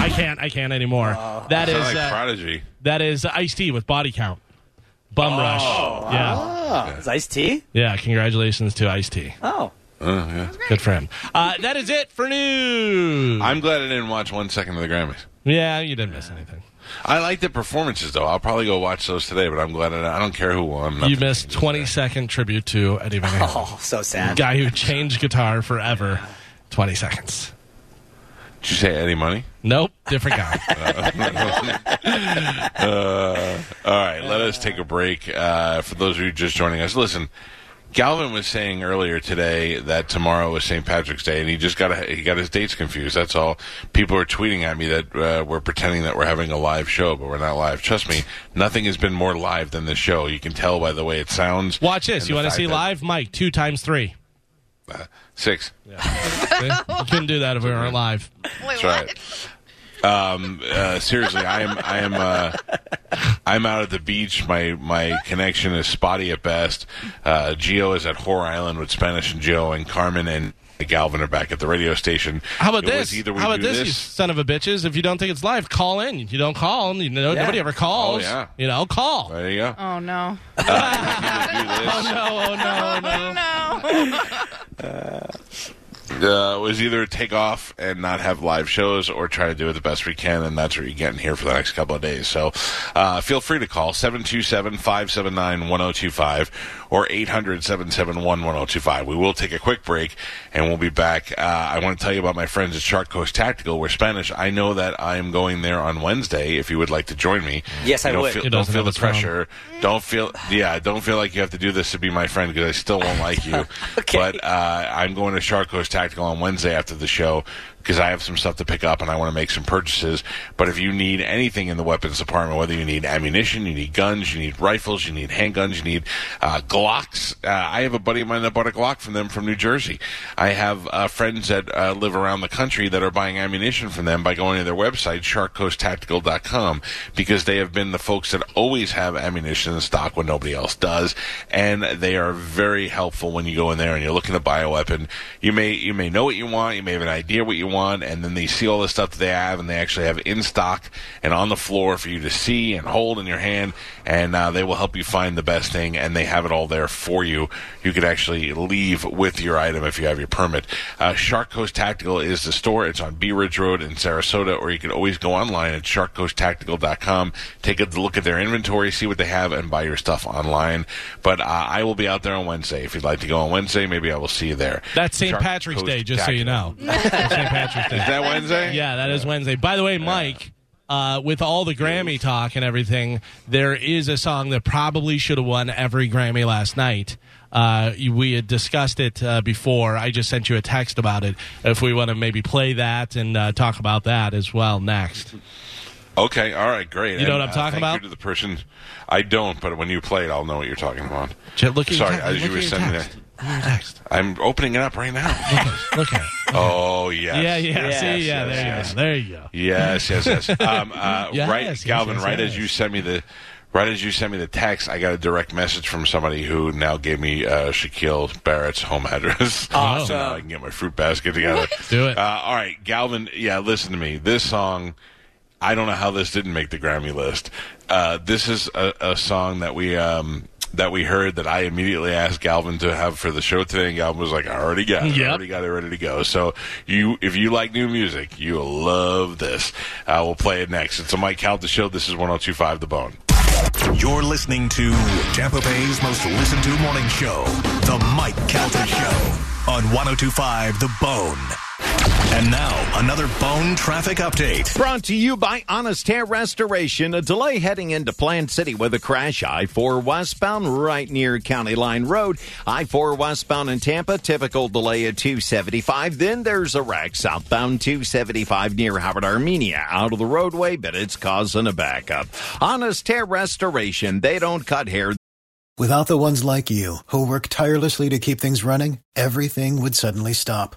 Speaker 4: I can't. I can't anymore. that is
Speaker 3: Sound like
Speaker 4: uh,
Speaker 3: Prodigy.
Speaker 4: that is Ice T with Body Count. Bum Rush. Yeah,
Speaker 6: Oh. Ah. Is Ice T?
Speaker 4: yeah. Congratulations to Ice T.
Speaker 6: Oh.
Speaker 3: Uh, yeah.
Speaker 4: Good for him. Uh, that is it for news.
Speaker 3: I'm glad I didn't watch one second of the Grammys.
Speaker 4: yeah, you didn't miss anything.
Speaker 3: I like the performances though. I'll probably go watch those today. But I'm glad I, I don't care who won.
Speaker 4: You missed 20 second tribute to Eddie Van Halen,
Speaker 6: Oh, so sad.
Speaker 4: guy who changed guitar forever. 20 seconds.
Speaker 3: Did you say any money? Uh,
Speaker 4: Nope, different guy.
Speaker 3: All right, let us take a break. Uh, for those of you just joining us, listen. Galvin was saying earlier today that tomorrow is St. Patrick's Day, and he just got a, he got his dates confused. That's all. People are tweeting at me that uh, we're pretending that we're having a live show, but we're not live. Trust me, nothing has been more live than this show. You can tell by the way it sounds.
Speaker 4: Watch this.
Speaker 3: and
Speaker 4: you
Speaker 3: the
Speaker 4: want to
Speaker 3: fact
Speaker 4: see
Speaker 3: that-
Speaker 4: live? Mike, two times three.
Speaker 3: Six.
Speaker 4: See? you couldn't do that if we weren't live.
Speaker 5: Wait,
Speaker 3: That's right. Um, uh, seriously, I am I am uh, I'm out at the beach. My my connection is spotty at best. Uh, Geo is at Whore Island with Spanish and Joe and Carmen and Galvin are back at the radio station.
Speaker 4: How about
Speaker 3: It was
Speaker 4: this?
Speaker 3: Either we
Speaker 4: How about
Speaker 3: do
Speaker 4: this, you son of a bitches? If you don't think it's live, call in. If you don't call, you know, nobody ever calls.
Speaker 3: Oh, yeah.
Speaker 4: You know, call.
Speaker 3: There you go.
Speaker 5: Oh no.
Speaker 3: Either Uh, we do this.
Speaker 4: No, oh, no, no.
Speaker 5: no.
Speaker 3: uh, it was either take off and not have live shows or try to do it the best we can, and that's what you're getting here for the next couple of days. So uh, feel free to call 727 579 1025 or 800 771 1025. We will take a quick break and we'll be back. Uh, I want to tell you about my friends at Shark Coast Tactical. We're Spanish. I know that I am going there on Wednesday if you would like to join me.
Speaker 6: Yes,
Speaker 3: You
Speaker 6: I
Speaker 3: don't
Speaker 6: would.
Speaker 3: feel-
Speaker 4: He
Speaker 3: don't
Speaker 4: doesn't
Speaker 3: feel
Speaker 4: have
Speaker 3: the
Speaker 4: his phone.
Speaker 3: pressure. Don't feel, yeah, don't feel like you have to do this to be my friend because I still won't like you. But uh, I'm going to Shark Coast Tactical on Wednesday after the show because I have some stuff to pick up and I want to make some purchases. But if you need anything in the weapons department, whether you need ammunition, you need guns, you need rifles, you need handguns, you need uh, Glocks. Uh, I have a buddy of mine that bought a Glock from them from New Jersey. I have uh, friends that uh, live around the country that are buying ammunition from them by going to their website, sharkcoasttactical.com, because they have been the folks that always have ammunition in stock when nobody else does. And they are very helpful when you go in there and you're looking to buy a weapon. You may, you may know what you want, you may have an idea what you want, and then they see all the stuff that they have and they actually have in stock and on the floor for you to see and hold in your hand. And uh, they will help you find the best thing, and they have it all there for you. You could actually leave with your item if you have your permit. Uh, Shark Coast Tactical is the store. It's on Bee Ridge Road in Sarasota, or you can always go online at sharkcoasttactical.com. Take a look at their inventory, see what they have, and buy your stuff online. But uh, I will be out there on Wednesday. If you'd like to go on Wednesday, maybe I will see you there.
Speaker 4: That's St.
Speaker 3: Shark
Speaker 4: Patrick's
Speaker 3: Coast
Speaker 4: Day, just so you
Speaker 3: Tactical.
Speaker 4: know. That's St. Patrick's Day.
Speaker 3: Is that Wednesday?
Speaker 4: Yeah, that is Wednesday. By the way, Mike, uh, with all the Grammy talk and everything, there is a song that probably should have won every Grammy last night. Uh, you- we had discussed it uh, before. I just sent you a text about it. If we want to maybe play that and uh, talk about that as well next.
Speaker 3: Okay, all right, great.
Speaker 4: You know
Speaker 3: And,
Speaker 4: what I'm
Speaker 3: uh,
Speaker 4: talking
Speaker 3: thank
Speaker 4: about?
Speaker 3: You to the person, I don't, but when you play it, I'll know what you're talking about.
Speaker 4: Just look at your
Speaker 3: Sorry,
Speaker 4: te-
Speaker 3: as
Speaker 4: look
Speaker 3: you were
Speaker 4: at your
Speaker 3: sending
Speaker 4: text.
Speaker 3: it,
Speaker 4: Look at your text.
Speaker 3: I'm opening it up right now.
Speaker 4: Look at it.
Speaker 3: oh yes,
Speaker 4: Yeah, yeah.
Speaker 6: Yes,
Speaker 4: see, yeah,
Speaker 6: yes,
Speaker 4: there,
Speaker 6: yes.
Speaker 4: You go. there you go.
Speaker 3: Yes, yes, yes. Um, uh,
Speaker 4: Yes,
Speaker 3: right,
Speaker 4: yes,
Speaker 3: Galvin.
Speaker 4: yes,
Speaker 3: right
Speaker 4: yes.
Speaker 3: as you sent me the, right as you sent me the text, I got a direct message from somebody who now gave me uh, Shaquille Barrett's home address.
Speaker 6: Awesome.
Speaker 3: so now I can get my fruit basket together.
Speaker 4: Do it.
Speaker 3: Uh, all right, Galvin. Yeah, listen to me. This song. I don't know how this didn't make the Grammy list. Uh, this is a, a song that we um, that we heard that I immediately asked Galvin to have for the show today, and Galvin was like, "I already got it. I
Speaker 4: Yep.
Speaker 3: already got it ready to go." So you, if you like new music, you'll love this. Uh, we'll play it next. It's a Mike Calda show. This is 102.5 The Bone.
Speaker 1: You're listening to Tampa Bay's most listened to morning show, The Mike Calta Show, on 1025 The Bone. And now, another bone traffic update.
Speaker 9: Brought to you by Honest Hair Restoration. A delay heading into Plant City with a crash. I 4 westbound right near County Line Road. I 4 westbound in Tampa. Typical delay at 275. Then there's a wreck southbound 275 near Howard Armenia. Out of the roadway, but it's causing a backup. Honest Hair Restoration. They don't cut hair,
Speaker 10: Without the ones like you, who work tirelessly to keep things running, everything would suddenly stop.